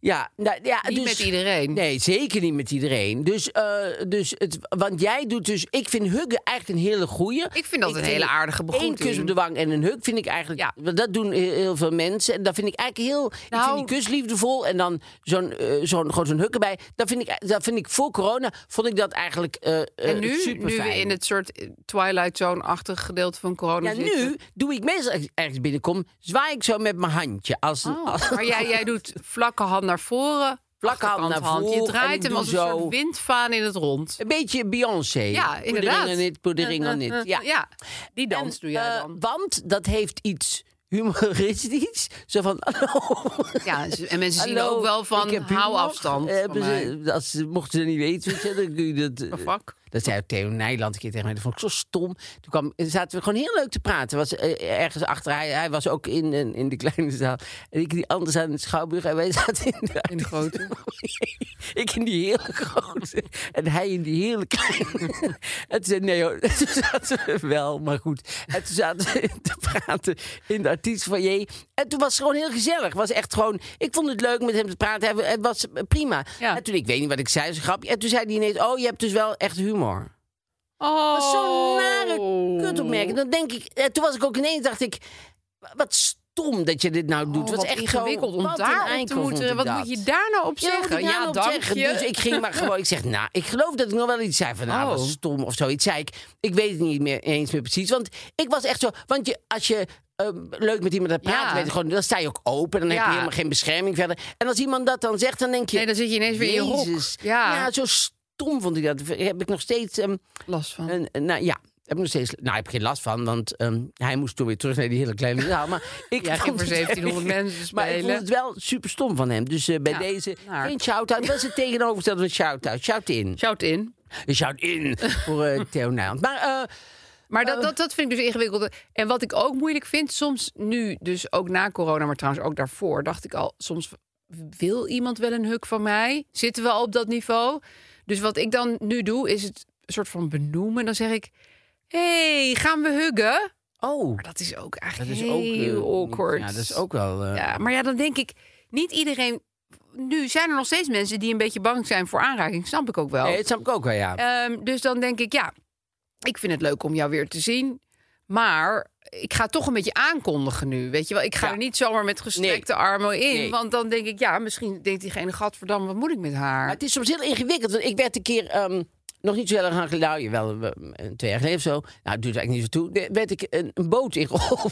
[SPEAKER 2] Ja, nou, ja
[SPEAKER 3] Niet
[SPEAKER 2] dus-
[SPEAKER 3] met iedereen.
[SPEAKER 2] Nee, zeker niet met iedereen. Dus, eh, dus het, want jij doet dus... Ik vind huggen eigenlijk een hele goeie.
[SPEAKER 3] Ik vind dat een hele aardige
[SPEAKER 2] Eén
[SPEAKER 3] begroeting.
[SPEAKER 2] kus op de wang en een hug vind ik eigenlijk...
[SPEAKER 3] Ja.
[SPEAKER 2] want Dat doen heel, heel veel mensen. En dat vind ik eigenlijk heel... ik
[SPEAKER 3] Nou-
[SPEAKER 2] vind die kus liefdevol en dan zo'n, eh, zo'n, gewoon zo'n hug erbij. Dat vind, ik, dat vind ik voor corona... vond ik dat eigenlijk eh
[SPEAKER 3] En nu,
[SPEAKER 2] super
[SPEAKER 3] nu we in het soort eh, Twilight Zone-achtig gedeelte van corona
[SPEAKER 2] Ja,
[SPEAKER 3] zitten.
[SPEAKER 2] nu doe ik meestal als ik ergens binnenkom... zwaai ik zo met mijn handje. Als een, als-
[SPEAKER 3] Oh, maar jij, jij doet vlakke hand naar voren.
[SPEAKER 2] Vlakke hand
[SPEAKER 3] achterkant
[SPEAKER 2] naar voren
[SPEAKER 3] Je
[SPEAKER 2] en ik
[SPEAKER 3] draait hem
[SPEAKER 2] doe
[SPEAKER 3] als
[SPEAKER 2] zo.
[SPEAKER 3] een soort windvaan in het rond.
[SPEAKER 2] Een beetje Beyoncé.
[SPEAKER 3] Ja, inderdaad. Eh,
[SPEAKER 2] Poedering aan dit, poedering aan dit. Ja.
[SPEAKER 3] ja. Die dans
[SPEAKER 2] En,
[SPEAKER 3] doe jij
[SPEAKER 2] eh,
[SPEAKER 3] dan.
[SPEAKER 2] want dat heeft iets humoristisch. Zo van, hallo.
[SPEAKER 3] Ja, ze- en mensen zien
[SPEAKER 2] hallo,
[SPEAKER 3] ook wel van,
[SPEAKER 2] ik heb
[SPEAKER 3] hou
[SPEAKER 2] humor.
[SPEAKER 3] afstand
[SPEAKER 2] Eh,
[SPEAKER 3] van
[SPEAKER 2] ze- als, ze- mochten ze niet weten, weet je, dan kun je dat... eh,
[SPEAKER 3] Fuck.
[SPEAKER 2] Dat zei Theo Nijland een keer tegen mij. Dat vond ik zo stom. Toen kwam, eh, zaten we gewoon heel leuk te praten. Was eh, ergens achter. Hij, hij was ook in, in, in de kleine zaal. En ik die anders aan het schouwburg. En wij zaten in de,
[SPEAKER 3] In de grote.
[SPEAKER 2] ik in die hele grote. En hij in die hele kleine. En toen zei nee hoor. En toen zaten we wel, maar goed. En toen zaten we te praten in de artiestfoyer. En toen was het gewoon heel gezellig. Was echt gewoon, ik vond het leuk met hem te praten. Hij- Het was prima.
[SPEAKER 3] Ja.
[SPEAKER 2] En toen, ik weet niet wat ik zei, zo'n grapje. En toen zei hij ineens, oh je hebt dus wel echt humor.
[SPEAKER 3] Oh.
[SPEAKER 2] Dat was zo'n nare kutopmerking. Dan denk ik, eh, toen was ik ook ineens, dacht ik, wa- wat stom dat je dit nou doet.
[SPEAKER 3] Oh,
[SPEAKER 2] Het was
[SPEAKER 3] wat
[SPEAKER 2] echt zo-
[SPEAKER 3] ingewikkeld om
[SPEAKER 2] wat een
[SPEAKER 3] daar te
[SPEAKER 2] eikel vond
[SPEAKER 3] moeten.
[SPEAKER 2] ik
[SPEAKER 3] Wat
[SPEAKER 2] dat.
[SPEAKER 3] moet je daar nou op
[SPEAKER 2] Ja, wat moet
[SPEAKER 3] zeggen?
[SPEAKER 2] ik daar
[SPEAKER 3] Ja,
[SPEAKER 2] nou op
[SPEAKER 3] dank
[SPEAKER 2] zeggen?
[SPEAKER 3] je.
[SPEAKER 2] Dus ik ging maar gewoon. Ik zeg, nou, ik geloof dat ik nog wel iets zei van, nou,
[SPEAKER 3] Oh.
[SPEAKER 2] wat stom of zoiets. Zei ik, ik weet het niet meer eens meer precies. Want ik was echt zo, want je, als je eh, leuk met iemand gaat praten,
[SPEAKER 3] Ja.
[SPEAKER 2] weet je gewoon, dan sta je ook open. Dan heb
[SPEAKER 3] Ja.
[SPEAKER 2] je helemaal geen bescherming verder. En als iemand dat dan zegt, dan denk je,
[SPEAKER 3] Nee, dan zit je ineens weer in je rok.
[SPEAKER 2] Jezus.
[SPEAKER 3] Ja.
[SPEAKER 2] ja, zo stom vond ik dat. Heb ik nog steeds... ehm,
[SPEAKER 3] Last van.
[SPEAKER 2] en, en, nou ja, heb ik nog steeds. Nou, heb ik geen last van, want ehm, hij moest toen weer terug naar die hele kleine zaal. Maar ik
[SPEAKER 3] Ja,
[SPEAKER 2] vond
[SPEAKER 3] ging voor
[SPEAKER 2] het
[SPEAKER 3] 1700
[SPEAKER 2] erg.
[SPEAKER 3] mensen
[SPEAKER 2] Maar ik vond
[SPEAKER 3] spelen.
[SPEAKER 2] het wel super stom van hem. Dus eh, bij
[SPEAKER 3] Ja,
[SPEAKER 2] deze.
[SPEAKER 3] naar.
[SPEAKER 2] Geen shout-out. Dat is het tegenovergestelde van shout-out. Shout-in.
[SPEAKER 3] Shout in.
[SPEAKER 2] Shout-in voor eh Theo Nijland. Maar eh,
[SPEAKER 3] Maar dat, dat, dat vind ik dus ingewikkeld. En wat ik ook moeilijk vind, soms nu, dus ook na corona, maar trouwens ook daarvoor, dacht ik al, soms wil iemand wel een huk van mij? Zitten we al op dat niveau? Dus wat ik dan nu doe, is het een soort van benoemen. Dan zeg ik, hey, gaan we huggen?
[SPEAKER 2] oh,
[SPEAKER 3] Maar dat is ook
[SPEAKER 2] dat
[SPEAKER 3] eigenlijk
[SPEAKER 2] is ook. eh,
[SPEAKER 3] heel awkward.
[SPEAKER 2] Ja, dat is ook wel. eh,
[SPEAKER 3] Ja, maar ja, dan denk ik, niet iedereen... Nu zijn er nog steeds mensen die een beetje bang zijn voor aanraking. Snap ik ook wel.
[SPEAKER 2] nee, dat oh, snap ik ook wel, ja.
[SPEAKER 3] Ehm, dus dan denk ik, ja, ik vind het leuk om jou weer te zien. Maar ik ga toch een beetje aankondigen nu. Weet je wel, ik ga
[SPEAKER 2] Ja.
[SPEAKER 3] er niet zomaar met gestrekte armen in.
[SPEAKER 2] Nee.
[SPEAKER 3] Want dan denk ik, ja, misschien denkt diegene, gadverdamme, wat moet ik met
[SPEAKER 2] Maar
[SPEAKER 3] haar?
[SPEAKER 2] het is soms heel ingewikkeld. Want ik werd een keer, ehm, nog niet zo heel erg lang geleden, nou, jawel, eh, twee jaar geleden of zo. Nou, het duurt eigenlijk niet zo toe. eh, Werd ik een, een boot ingeholpen.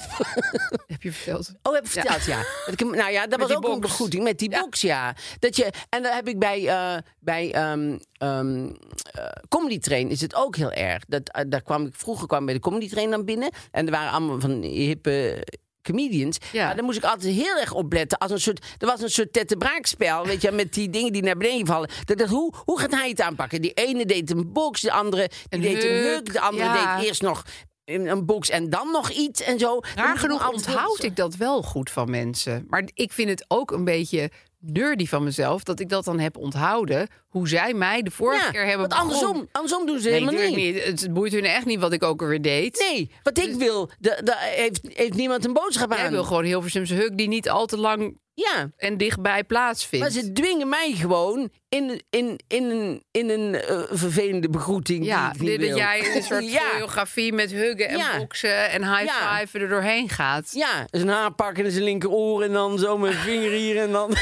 [SPEAKER 3] Heb je verteld?
[SPEAKER 2] Oh, heb ik verteld, ja. Dat ik hem- nou ja, dat was
[SPEAKER 3] die
[SPEAKER 2] ook een
[SPEAKER 3] box.
[SPEAKER 2] begroeting met die box, ja. Dat je, en dan heb ik bij, eh, bij ehm, ehm, eh, Comedy Train is het ook heel erg. Dat, eh, daar kwam ik, vroeger kwam ik bij de Comedy Train dan binnen. En er waren allemaal van die hippe comedians.
[SPEAKER 3] Ja.
[SPEAKER 2] Maar daar moest ik altijd heel erg op letten. Als een soort, er was een soort tettebraakspel, weet je, met die dingen die naar beneden vallen. Dat ik dacht, hoe, hoe gaat hij het aanpakken? Die ene deed een box, de andere die
[SPEAKER 3] Een
[SPEAKER 2] deed een
[SPEAKER 3] huk,
[SPEAKER 2] huk. De andere
[SPEAKER 3] ja.
[SPEAKER 2] deed eerst nog een een box en dan nog iets en zo. Dan moest
[SPEAKER 3] Raar
[SPEAKER 2] ik me
[SPEAKER 3] genoeg
[SPEAKER 2] altijd heel-
[SPEAKER 3] onthoud ik dat wel goed van mensen. Maar ik vind het ook een beetje nerdy van mezelf dat ik dat dan heb onthouden. Hoe zij mij de vorige
[SPEAKER 2] Ja,
[SPEAKER 3] keer hebben
[SPEAKER 2] want andersom,
[SPEAKER 3] begon.
[SPEAKER 2] andersom doen ze
[SPEAKER 3] Nee,
[SPEAKER 2] helemaal
[SPEAKER 3] natuurlijk niet. Het boeit hun echt niet wat ik ook alweer deed.
[SPEAKER 2] Nee, wat ik wil, da- da- heeft, heeft niemand een boodschap
[SPEAKER 3] Jij
[SPEAKER 2] aan.
[SPEAKER 3] wil gewoon Hilversumse huk die niet al te lang
[SPEAKER 2] Ja,
[SPEAKER 3] en dichtbij plaatsvindt.
[SPEAKER 2] maar ze dwingen mij gewoon in, in, in een, in een eh, vervelende begroeting
[SPEAKER 3] ja,
[SPEAKER 2] die ik niet
[SPEAKER 3] dat
[SPEAKER 2] wil.
[SPEAKER 3] jij een soort
[SPEAKER 2] ja,
[SPEAKER 3] choreografie met huggen en
[SPEAKER 2] Ja.
[SPEAKER 3] boksen en
[SPEAKER 2] Ja.
[SPEAKER 3] high-five er doorheen gaat.
[SPEAKER 2] ja, zijn haar pakken en zijn linkeroor en dan zo mijn vinger hier en dan...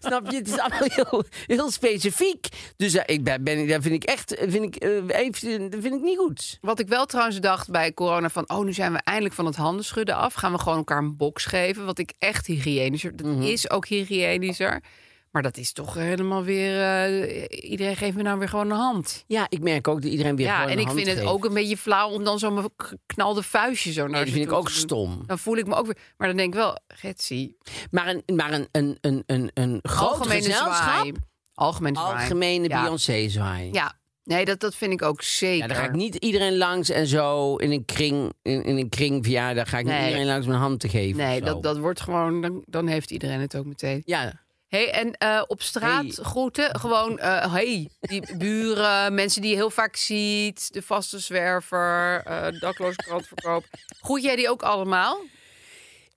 [SPEAKER 2] Snap je? Het is allemaal heel, heel specifiek. Dus ja, ik ben, ben, dat vind ik echt vind ik, eh, even, dat vind ik niet goed.
[SPEAKER 3] Wat ik wel trouwens dacht bij corona van... oh, nu zijn we eindelijk van het handen schudden af. Gaan we gewoon elkaar een box geven. Wat ik echt hygiënischer... Dat
[SPEAKER 2] Mhm.
[SPEAKER 3] is ook hygiënischer. Maar dat is toch helemaal weer... eh, iedereen geeft me nou weer gewoon een hand.
[SPEAKER 2] Ja, ik merk ook dat iedereen weer
[SPEAKER 3] Ja,
[SPEAKER 2] gewoon
[SPEAKER 3] en
[SPEAKER 2] een
[SPEAKER 3] ik
[SPEAKER 2] hand
[SPEAKER 3] vind het
[SPEAKER 2] geeft.
[SPEAKER 3] ook een beetje flauw... om dan zo'n geknalde vuistje zo naar
[SPEAKER 2] Nee,
[SPEAKER 3] ze
[SPEAKER 2] dat vind ik
[SPEAKER 3] toe
[SPEAKER 2] ook
[SPEAKER 3] te doen.
[SPEAKER 2] stom.
[SPEAKER 3] Dan voel ik me ook weer... Maar dan denk ik wel, Getsie...
[SPEAKER 2] Maar een, maar een, een, een, een, een groot
[SPEAKER 3] Algemene
[SPEAKER 2] gezelschap...
[SPEAKER 3] zwaai. Algemene zwaai.
[SPEAKER 2] Algemene
[SPEAKER 3] ja.
[SPEAKER 2] Beyoncé zwaai.
[SPEAKER 3] Ja, nee, dat, dat vind ik ook zeker.
[SPEAKER 2] Ja, daar ga ik niet iedereen langs en zo in een kring, in, in een kring via, daar ga ik niet
[SPEAKER 3] Nee.
[SPEAKER 2] iedereen langs mijn hand te geven.
[SPEAKER 3] Nee,
[SPEAKER 2] of zo.
[SPEAKER 3] dat, dat wordt gewoon... Dan, dan heeft iedereen het ook meteen.
[SPEAKER 2] Ja,
[SPEAKER 3] Hey, en eh, op straat
[SPEAKER 2] Hey.
[SPEAKER 3] groeten, gewoon eh, hey, die buren, mensen die je heel vaak ziet, de vaste zwerver, eh dakloze krantverkoop. Groet jij die ook allemaal?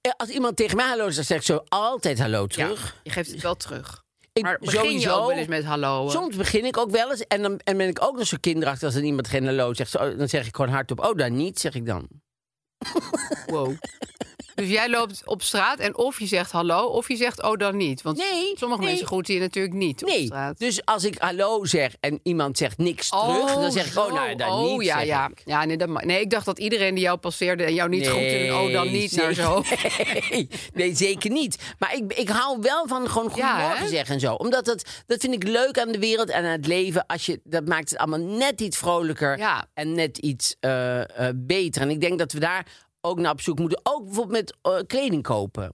[SPEAKER 2] Eh, als iemand tegen mij hallo zegt, zeg ik zo altijd hallo
[SPEAKER 3] Ja,
[SPEAKER 2] terug.
[SPEAKER 3] je geeft het wel terug.
[SPEAKER 2] Ik-
[SPEAKER 3] maar begin
[SPEAKER 2] sowieso.
[SPEAKER 3] je ook wel eens met hallo?
[SPEAKER 2] Soms begin ik ook wel eens en dan en ben ik ook nog zo kinderachtig als dan iemand geen hallo zegt. zo, dan zeg ik gewoon hardop, oh dan niet, zeg ik dan.
[SPEAKER 3] Wow. Dus jij loopt op straat en of je zegt hallo, of je zegt oh dan niet. Want
[SPEAKER 2] Nee,
[SPEAKER 3] sommige
[SPEAKER 2] nee.
[SPEAKER 3] mensen groeten je natuurlijk niet op
[SPEAKER 2] Nee,
[SPEAKER 3] straat.
[SPEAKER 2] dus als ik hallo zeg en iemand zegt niks terug, dan zeg ik,
[SPEAKER 3] zo.
[SPEAKER 2] oh nou dan
[SPEAKER 3] oh,
[SPEAKER 2] niet,
[SPEAKER 3] Ja,
[SPEAKER 2] zeg
[SPEAKER 3] ja.
[SPEAKER 2] ik.
[SPEAKER 3] ja nee, dat, ma- nee, ik dacht dat iedereen die jou passeerde en jou niet groette, oh dan niet, naar
[SPEAKER 2] zeker-
[SPEAKER 3] zijn hoofd.
[SPEAKER 2] Nee, nee, zeker niet. Maar ik, ik hou wel van gewoon
[SPEAKER 3] Ja,
[SPEAKER 2] goedemorgen
[SPEAKER 3] hè?
[SPEAKER 2] zeggen en zo. Omdat dat, dat vind ik leuk aan de wereld en aan het leven. Als je, dat maakt het allemaal net iets vrolijker
[SPEAKER 3] Ja.
[SPEAKER 2] en net iets eh, eh, beter. En ik denk dat we daar ook naar op zoek moeten. Ook bijvoorbeeld met eh, kleding kopen.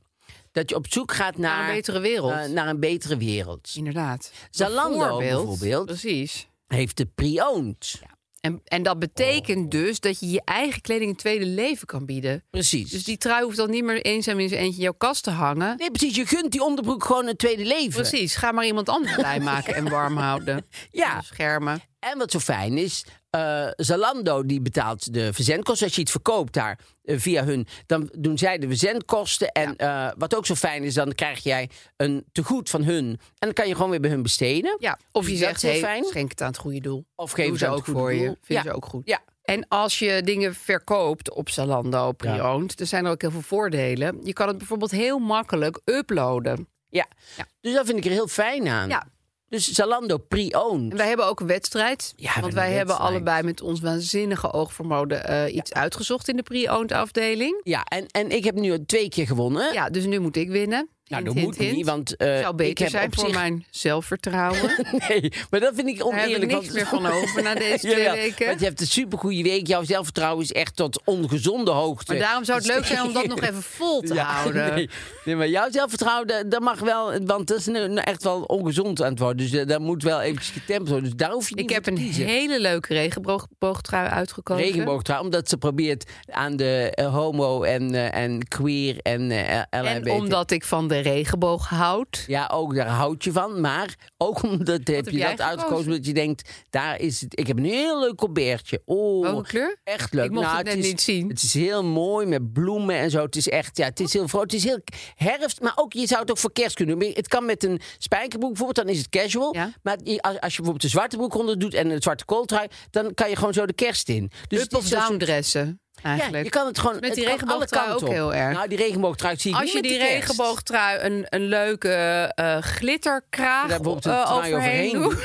[SPEAKER 2] Dat je op zoek gaat naar,
[SPEAKER 3] een betere wereld.
[SPEAKER 2] eh, naar een betere wereld.
[SPEAKER 3] Inderdaad.
[SPEAKER 2] Zalando bijvoorbeeld.
[SPEAKER 3] Precies.
[SPEAKER 2] Heeft de pre-owned.
[SPEAKER 3] En, en dat
[SPEAKER 2] Oh.
[SPEAKER 3] betekent dus dat je je eigen kleding een tweede leven kan bieden.
[SPEAKER 2] Precies.
[SPEAKER 3] Dus die trui hoeft dan niet meer eenzaam in zijn eentje in jouw kast te hangen.
[SPEAKER 2] Nee, precies. Je gunt die onderbroek gewoon een tweede leven.
[SPEAKER 3] Precies, ga maar iemand anders blij maken en warm houden.
[SPEAKER 2] Ja.
[SPEAKER 3] En Schermen.
[SPEAKER 2] En wat zo fijn is, eh, Zalando die betaalt de verzendkosten. Als je iets verkoopt daar eh, via hun, dan doen zij de verzendkosten. En eh, wat ook zo fijn is, dan krijg jij een tegoed van hun. En dan kan je gewoon weer bij hun besteden.
[SPEAKER 3] Ja. Of je
[SPEAKER 2] Dat
[SPEAKER 3] zegt,
[SPEAKER 2] is heel
[SPEAKER 3] hey,
[SPEAKER 2] fijn.
[SPEAKER 3] schenk het aan het goede doel.
[SPEAKER 2] Of geven
[SPEAKER 3] Doen
[SPEAKER 2] ze
[SPEAKER 3] ze
[SPEAKER 2] aan het
[SPEAKER 3] ook
[SPEAKER 2] goede
[SPEAKER 3] voor je.
[SPEAKER 2] doel.
[SPEAKER 3] Vinden
[SPEAKER 2] Ja.
[SPEAKER 3] ze ook goed.
[SPEAKER 2] Ja.
[SPEAKER 3] En als je dingen verkoopt op Zalando pre-owned, er zijn er ook heel veel voordelen. Je kan het bijvoorbeeld heel makkelijk uploaden.
[SPEAKER 2] Ja.
[SPEAKER 3] Ja.
[SPEAKER 2] Dus dat vind ik er heel fijn aan.
[SPEAKER 3] Ja.
[SPEAKER 2] Dus Zalando pre-owned.
[SPEAKER 3] En wij hebben ook een wedstrijd.
[SPEAKER 2] Ja, we
[SPEAKER 3] want
[SPEAKER 2] hebben
[SPEAKER 3] wij
[SPEAKER 2] een
[SPEAKER 3] hebben
[SPEAKER 2] wedstrijd.
[SPEAKER 3] allebei met ons waanzinnige oog voor mode eh, iets uitgezocht in de pre-owned afdeling.
[SPEAKER 2] Ja, en, en ik heb nu twee keer gewonnen.
[SPEAKER 3] Ja, dus nu moet ik winnen.
[SPEAKER 2] Nou,
[SPEAKER 3] Hint,
[SPEAKER 2] dat
[SPEAKER 3] hint,
[SPEAKER 2] moet niet,
[SPEAKER 3] hint.
[SPEAKER 2] want eh,
[SPEAKER 3] Zou
[SPEAKER 2] ik
[SPEAKER 3] beter
[SPEAKER 2] heb
[SPEAKER 3] zijn
[SPEAKER 2] op
[SPEAKER 3] voor
[SPEAKER 2] zich...
[SPEAKER 3] mijn zelfvertrouwen.
[SPEAKER 2] Nee, maar dat vind ik
[SPEAKER 3] Daar heb ik
[SPEAKER 2] oneerlijk.
[SPEAKER 3] niks meer
[SPEAKER 2] want-
[SPEAKER 3] van over na deze twee
[SPEAKER 2] Jawel,
[SPEAKER 3] weken.
[SPEAKER 2] Want je hebt een supergoeie week. Jouw zelfvertrouwen is echt tot ongezonde hoogte.
[SPEAKER 3] Maar daarom zou het leuk zijn om dat nog even vol te
[SPEAKER 2] Ja,
[SPEAKER 3] houden.
[SPEAKER 2] Nee, nee, maar jouw zelfvertrouwen, dat- dat mag wel. Want dat is nu nou echt wel ongezond aan het worden. Dus eh, daar moet wel eventjes getemperd worden. Dus daar hoef je niet
[SPEAKER 3] Ik heb
[SPEAKER 2] voor
[SPEAKER 3] een
[SPEAKER 2] te kiezen.
[SPEAKER 3] hele leuke regenboogtrui uitgekozen.
[SPEAKER 2] Regenboogtrouw, omdat ze probeert aan de eh, homo en, eh, en queer en eh,
[SPEAKER 3] En
[SPEAKER 2] LHBT.
[SPEAKER 3] omdat ik van de regenboog houd.
[SPEAKER 2] Ja, ook daar houd je van. Maar ook omdat heb
[SPEAKER 3] heb
[SPEAKER 2] je
[SPEAKER 3] jij
[SPEAKER 2] dat uitgekozen.
[SPEAKER 3] gekozen?
[SPEAKER 2] Omdat je denkt, daar is het. Ik heb een heel leuk colbertje. Oh,
[SPEAKER 3] Welke kleur?
[SPEAKER 2] Echt leuk.
[SPEAKER 3] Ik mocht
[SPEAKER 2] Nou,
[SPEAKER 3] het net
[SPEAKER 2] is,
[SPEAKER 3] niet zien.
[SPEAKER 2] Het is heel mooi met bloemen en zo. Het is echt, ja, het is heel vrolijk. Het is heel herfst, maar ook je zou het ook voor kerst kunnen doen. Het kan met een spijkerbroek bijvoorbeeld, dan is het casual.
[SPEAKER 3] Ja.
[SPEAKER 2] Maar je- als, als je bijvoorbeeld de zwarte broek onder doet en een zwarte kooltrui, dan kan je gewoon zo de kerst in. Dus het
[SPEAKER 3] Up
[SPEAKER 2] is
[SPEAKER 3] of
[SPEAKER 2] zo'n
[SPEAKER 3] down
[SPEAKER 2] soort-
[SPEAKER 3] dressen, eigenlijk.
[SPEAKER 2] Ja, je kan het gewoon
[SPEAKER 3] Met
[SPEAKER 2] het
[SPEAKER 3] die
[SPEAKER 2] kan alle
[SPEAKER 3] regenboogtrui
[SPEAKER 2] kanten
[SPEAKER 3] ook
[SPEAKER 2] op.
[SPEAKER 3] heel erg.
[SPEAKER 2] Nou, die regenboogtrui zie ik
[SPEAKER 3] Als
[SPEAKER 2] niet
[SPEAKER 3] je
[SPEAKER 2] met
[SPEAKER 3] die
[SPEAKER 2] de kerst.
[SPEAKER 3] regenboogtrui een, een leuke eh, glitterkraag
[SPEAKER 2] Daar bijvoorbeeld een
[SPEAKER 3] eh,
[SPEAKER 2] trui
[SPEAKER 3] overheen
[SPEAKER 2] overheen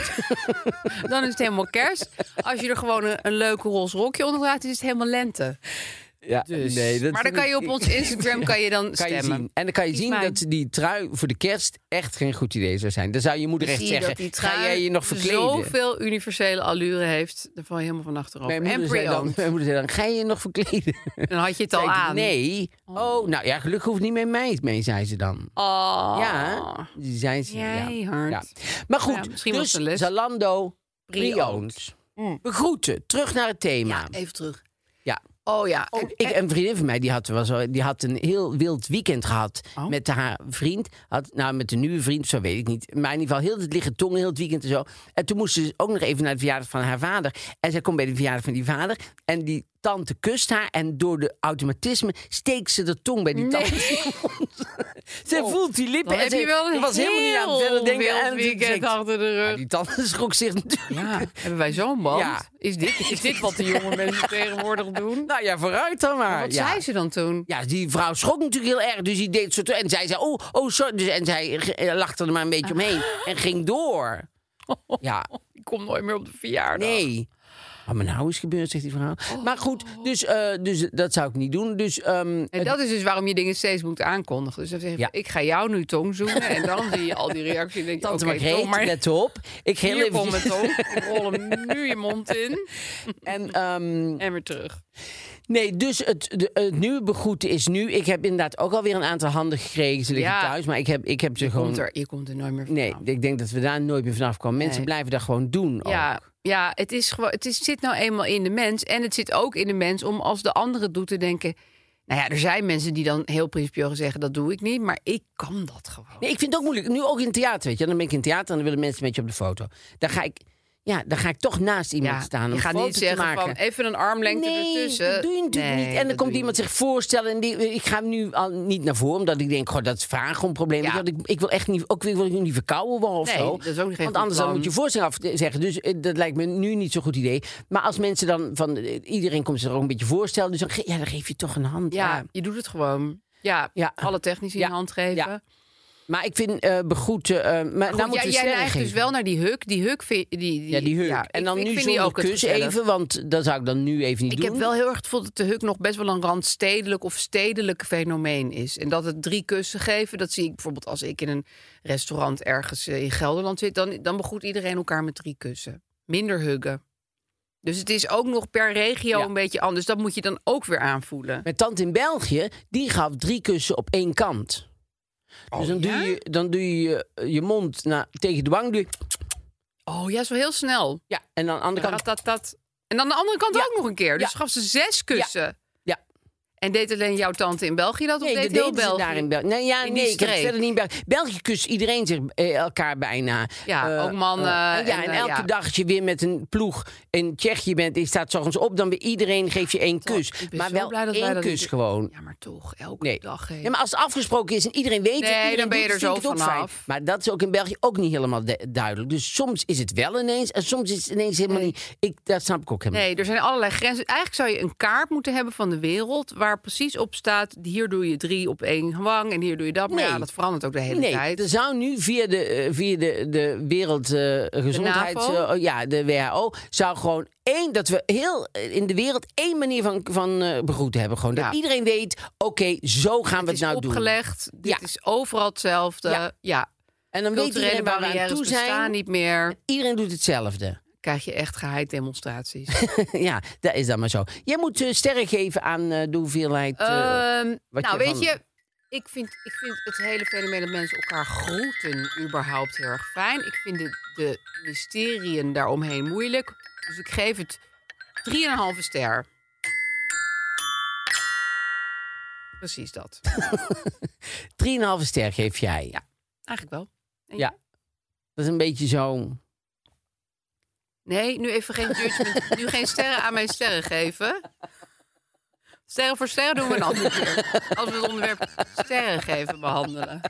[SPEAKER 3] doet, dan is het helemaal kerst. Als je er gewoon een, een leuke roze rokje onder draagt, is het helemaal lente.
[SPEAKER 2] Ja, nee, dat
[SPEAKER 3] Dus. maar dan
[SPEAKER 2] vind
[SPEAKER 3] kan
[SPEAKER 2] ik-
[SPEAKER 3] je op ons Instagram kan je
[SPEAKER 2] kan
[SPEAKER 3] dan
[SPEAKER 2] je
[SPEAKER 3] stemmen.
[SPEAKER 2] zien. En dan kan je
[SPEAKER 3] Kies
[SPEAKER 2] zien
[SPEAKER 3] mij.
[SPEAKER 2] dat die trui voor de kerst echt geen goed idee zou zijn. Dan zou je moeder echt
[SPEAKER 3] Zie je dat die
[SPEAKER 2] zeggen,
[SPEAKER 3] trui
[SPEAKER 2] ga jij je nog verkleden?
[SPEAKER 3] zoveel universele allure heeft, daar val je helemaal van achterover.
[SPEAKER 2] Mijn
[SPEAKER 3] En
[SPEAKER 2] moeder, zei dan,
[SPEAKER 3] pre-owned.
[SPEAKER 2] mijn moeder zei dan, ga je je nog verkleden?
[SPEAKER 3] Dan had je het
[SPEAKER 2] Zei
[SPEAKER 3] al
[SPEAKER 2] ik,
[SPEAKER 3] aan.
[SPEAKER 2] Nee. Oh, nou ja, gelukkig hoeft niet met mij mee, zei ze dan.
[SPEAKER 3] Oh.
[SPEAKER 2] Ja, die zei ze. Ja.
[SPEAKER 3] Jij hard.
[SPEAKER 2] Ja. Maar goed,
[SPEAKER 3] Ja, misschien was
[SPEAKER 2] dus
[SPEAKER 3] het een les.
[SPEAKER 2] Zalando,
[SPEAKER 3] Pre-owned.
[SPEAKER 2] pre-owned. Begroeten, terug naar het thema.
[SPEAKER 3] Mm. even terug.
[SPEAKER 2] Ja.
[SPEAKER 3] Oh ja. En-
[SPEAKER 2] Ik, een vriendin van mij die had, wel zo, die had een heel wild weekend gehad
[SPEAKER 3] Oh.
[SPEAKER 2] met haar vriend. Had, nou, met de nieuwe vriend, zo weet ik niet. Maar in ieder geval heel het liggen tongen, heel het weekend en zo. En toen moest ze dus ook nog even naar de verjaardag van haar vader. En zij komt bij de verjaardag van die vader. En die tante kust haar. En door de automatisme steekt ze de tong bij die tante. in de mond. ze voelt die lippen.
[SPEAKER 3] Oh. Dan
[SPEAKER 2] en
[SPEAKER 3] heb
[SPEAKER 2] ze
[SPEAKER 3] je wel een
[SPEAKER 2] was helemaal niet aan het verder
[SPEAKER 3] heel
[SPEAKER 2] denken.
[SPEAKER 3] wild
[SPEAKER 2] En ze
[SPEAKER 3] weekend
[SPEAKER 2] denkt,
[SPEAKER 3] achter de
[SPEAKER 2] "Nou,
[SPEAKER 3] rug."
[SPEAKER 2] die tante schrok zich natuurlijk.
[SPEAKER 3] Ja, hebben wij zo'n band?
[SPEAKER 2] Ja.
[SPEAKER 3] Is, dit, is dit wat de jonge mensen tegenwoordig doen?
[SPEAKER 2] Nou ja, vooruit dan maar.
[SPEAKER 3] Wat
[SPEAKER 2] ja.
[SPEAKER 3] zei ze dan toen?
[SPEAKER 2] Ja, die vrouw schrok natuurlijk heel erg. Dus die deed zo. toe- En zij zei: Oh, oh, sorry. Dus, en zij eh, lachte er maar een beetje omheen. En ging door. Ja,
[SPEAKER 3] Ik kom nooit meer op de verjaardag.
[SPEAKER 2] nee. Wat me nou is gebeurd, zegt die vrouw. Maar goed, dus, eh, dus dat zou ik niet doen. Dus, ehm,
[SPEAKER 3] En dat is dus waarom je dingen steeds moet aankondigen. Dus dan zeg je,
[SPEAKER 2] Ja.
[SPEAKER 3] ik ga jou nu tong zoenen. En dan zie je al die reacties. En denk je,
[SPEAKER 2] tante
[SPEAKER 3] oké,
[SPEAKER 2] Margreet,
[SPEAKER 3] tong maar
[SPEAKER 2] let op. Ik heel
[SPEAKER 3] hier komt mijn
[SPEAKER 2] even.
[SPEAKER 3] tong. Ik rol hem nu je mond in.
[SPEAKER 2] En, ehm,
[SPEAKER 3] En weer terug.
[SPEAKER 2] Nee, dus het, de, het nieuwe begroeten is nu. Ik heb inderdaad ook alweer een aantal handen gekregen. Ze liggen
[SPEAKER 3] Ja.
[SPEAKER 2] thuis, maar ik heb, ik heb ze gewoon...
[SPEAKER 3] Komt er, je komt er nooit meer van.
[SPEAKER 2] Nee, ik denk dat we daar nooit meer vanaf komen. Mensen
[SPEAKER 3] Nee.
[SPEAKER 2] blijven dat gewoon doen ook.
[SPEAKER 3] Ja, ja het, is gewoon, het is, zit nou eenmaal in de mens. En het zit ook in de mens om als de andere het doet te denken... Nou ja, er zijn mensen die dan heel principieel zeggen... dat doe ik niet, maar ik kan dat gewoon.
[SPEAKER 2] Nee, ik vind het ook moeilijk. Nu ook in het theater, weet je. Dan ben ik in het theater en dan willen mensen met je op de foto. Dan ga ik, ja, dan ga ik toch naast iemand staan om
[SPEAKER 3] je gaat
[SPEAKER 2] foto
[SPEAKER 3] niet
[SPEAKER 2] te
[SPEAKER 3] zeggen
[SPEAKER 2] maken.
[SPEAKER 3] van even een armlengte
[SPEAKER 2] nee,
[SPEAKER 3] ertussen.
[SPEAKER 2] dat doe je natuurlijk
[SPEAKER 3] Nee,
[SPEAKER 2] niet. En
[SPEAKER 3] dat
[SPEAKER 2] dan komt
[SPEAKER 3] doe je
[SPEAKER 2] iemand
[SPEAKER 3] niet.
[SPEAKER 2] zich voorstellen en die, ik ga nu al niet naar voren, omdat ik denk, goh, dat is vragen om problemen.
[SPEAKER 3] Ja.
[SPEAKER 2] Want Ik, ik wil echt niet, ook wil ik niet verkouden worden of
[SPEAKER 3] Nee,
[SPEAKER 2] zo.
[SPEAKER 3] dat is ook geen
[SPEAKER 2] Want
[SPEAKER 3] goed
[SPEAKER 2] anders dan
[SPEAKER 3] plan.
[SPEAKER 2] moet je voorstelling afzeggen. Dus eh, dat lijkt me nu niet zo'n goed idee. Maar als mensen dan van eh, iedereen komt zich er ook een beetje voorstellen, dus dan, ge- ja, dan geef je toch een hand.
[SPEAKER 3] Ja, je doet het gewoon. Ja,
[SPEAKER 2] Ja.
[SPEAKER 3] alle technici
[SPEAKER 2] Ja,
[SPEAKER 3] in hand geven.
[SPEAKER 2] ja. Maar ik vind eh begroeten. eh, maar
[SPEAKER 3] Goed,
[SPEAKER 2] daar moeten
[SPEAKER 3] jij,
[SPEAKER 2] we
[SPEAKER 3] jij
[SPEAKER 2] sterren
[SPEAKER 3] neigt
[SPEAKER 2] geven.
[SPEAKER 3] dus wel naar die huk. Die huk vind die, die,
[SPEAKER 2] Ja, die huk.
[SPEAKER 3] ja,
[SPEAKER 2] en
[SPEAKER 3] ik-
[SPEAKER 2] dan
[SPEAKER 3] ik
[SPEAKER 2] nu
[SPEAKER 3] vind die
[SPEAKER 2] zonder
[SPEAKER 3] ook het
[SPEAKER 2] kus
[SPEAKER 3] gezellig.
[SPEAKER 2] even, want dat zou ik dan nu even niet
[SPEAKER 3] Ik
[SPEAKER 2] doen.
[SPEAKER 3] heb wel heel erg het gevoel dat de huk nog best wel een randstedelijk of stedelijk fenomeen is. En dat het drie kussen geven, dat zie ik bijvoorbeeld als ik in een restaurant ergens eh, in Gelderland zit. Dan, dan begroet iedereen elkaar met drie kussen. Minder huggen. Dus het is ook nog per regio
[SPEAKER 2] Ja.
[SPEAKER 3] een beetje anders. Dat moet je dan ook weer aanvoelen.
[SPEAKER 2] Mijn tante in België, die gaf drie kussen op één kant. dus dan,
[SPEAKER 3] Oh, ja?
[SPEAKER 2] doe je, dan doe je eh, je- je mond naar, tegen de wang. Doe je,
[SPEAKER 3] Oh ja, zo heel snel.
[SPEAKER 2] ja, en aan de andere kant.
[SPEAKER 3] dat, dat. En dan de andere kant
[SPEAKER 2] Ja.
[SPEAKER 3] ook nog een keer. Dus
[SPEAKER 2] Ja.
[SPEAKER 3] gaf ze zes kussen.
[SPEAKER 2] Ja.
[SPEAKER 3] En deed alleen jouw tante in België dat? of deed
[SPEAKER 2] dat
[SPEAKER 3] heel
[SPEAKER 2] deden ze
[SPEAKER 3] België?
[SPEAKER 2] daar in België. Nee, ja,
[SPEAKER 3] In die
[SPEAKER 2] nee ik heb het
[SPEAKER 3] streek.
[SPEAKER 2] verder niet in België. België kust iedereen zich, eh, elkaar bijna.
[SPEAKER 3] Ja,
[SPEAKER 2] Eh,
[SPEAKER 3] ook mannen.
[SPEAKER 2] eh, ja, en,
[SPEAKER 3] en, eh,
[SPEAKER 2] elke
[SPEAKER 3] ja.
[SPEAKER 2] dag als je weer met een ploeg in Tsjechië bent... en je staat s'ochtends op, dan weer iedereen geeft je één kus.
[SPEAKER 3] Ik ben
[SPEAKER 2] Maar
[SPEAKER 3] zo
[SPEAKER 2] wel
[SPEAKER 3] blij dat wij
[SPEAKER 2] één
[SPEAKER 3] dat
[SPEAKER 2] kus
[SPEAKER 3] niet-
[SPEAKER 2] gewoon.
[SPEAKER 3] Ja, maar toch, elke
[SPEAKER 2] Nee.
[SPEAKER 3] dag.
[SPEAKER 2] Ja, maar als het afgesproken is en iedereen weet het,
[SPEAKER 3] Nee,
[SPEAKER 2] iedereen
[SPEAKER 3] dan ben je
[SPEAKER 2] doet het,
[SPEAKER 3] er
[SPEAKER 2] vind
[SPEAKER 3] zo
[SPEAKER 2] ik het ook
[SPEAKER 3] vanaf.
[SPEAKER 2] fijn. Maar dat is ook in België ook niet helemaal de- duidelijk. Dus soms is het wel ineens en soms is het ineens helemaal niet. Ik, dat snap ik ook helemaal
[SPEAKER 3] Nee, er zijn allerlei grenzen. Eigenlijk zou je een kaart moeten hebben van de wereld... waar precies op staat, hier doe je drie op één wang... en hier doe je dat. Maar
[SPEAKER 2] Nee.
[SPEAKER 3] ja, dat verandert ook de hele
[SPEAKER 2] niet. Nee,
[SPEAKER 3] tijd.
[SPEAKER 2] er zou nu via de, eh, via de, de Wereldgezondheids...
[SPEAKER 3] NAVO?
[SPEAKER 2] eh, ja, de WHO, zou gewoon één... dat we heel eh, in de wereld één manier van, van eh, begroeten hebben. Gewoon dat
[SPEAKER 3] Ja.
[SPEAKER 2] iedereen weet, oké, zo gaan we
[SPEAKER 3] het
[SPEAKER 2] het
[SPEAKER 3] is
[SPEAKER 2] nou doen.
[SPEAKER 3] opgelegd, dit
[SPEAKER 2] Ja.
[SPEAKER 3] is overal hetzelfde.
[SPEAKER 2] Ja.
[SPEAKER 3] Ja,
[SPEAKER 2] En dan weet
[SPEAKER 3] culturele
[SPEAKER 2] iedereen waar we aan
[SPEAKER 3] barrières
[SPEAKER 2] toe
[SPEAKER 3] bestaan
[SPEAKER 2] zijn.
[SPEAKER 3] niet meer.
[SPEAKER 2] Iedereen doet hetzelfde.
[SPEAKER 3] Krijg je echt geheid demonstraties.
[SPEAKER 2] ja, dat is dan maar zo. Jij moet eh, sterren geven aan eh, de hoeveelheid... eh,
[SPEAKER 3] Ehm,
[SPEAKER 2] wat
[SPEAKER 3] nou,
[SPEAKER 2] je
[SPEAKER 3] weet
[SPEAKER 2] van-
[SPEAKER 3] je, ik vind, ik vind het hele fenomeen dat mensen elkaar groeten überhaupt heel erg fijn. Ik vind de, de mysteriën daaromheen moeilijk. Dus ik geef het 3,5 ster. Precies dat.
[SPEAKER 2] 3,5 ster geef jij.
[SPEAKER 3] Ja. Eigenlijk wel. Denk
[SPEAKER 2] Ja.
[SPEAKER 3] je?
[SPEAKER 2] Dat is een beetje zo.
[SPEAKER 3] Nee, nu even geen judgment. nu geen sterren aan mijn sterren geven. Sterren voor sterren doen we een andere keer. Als we het onderwerp sterren geven behandelen.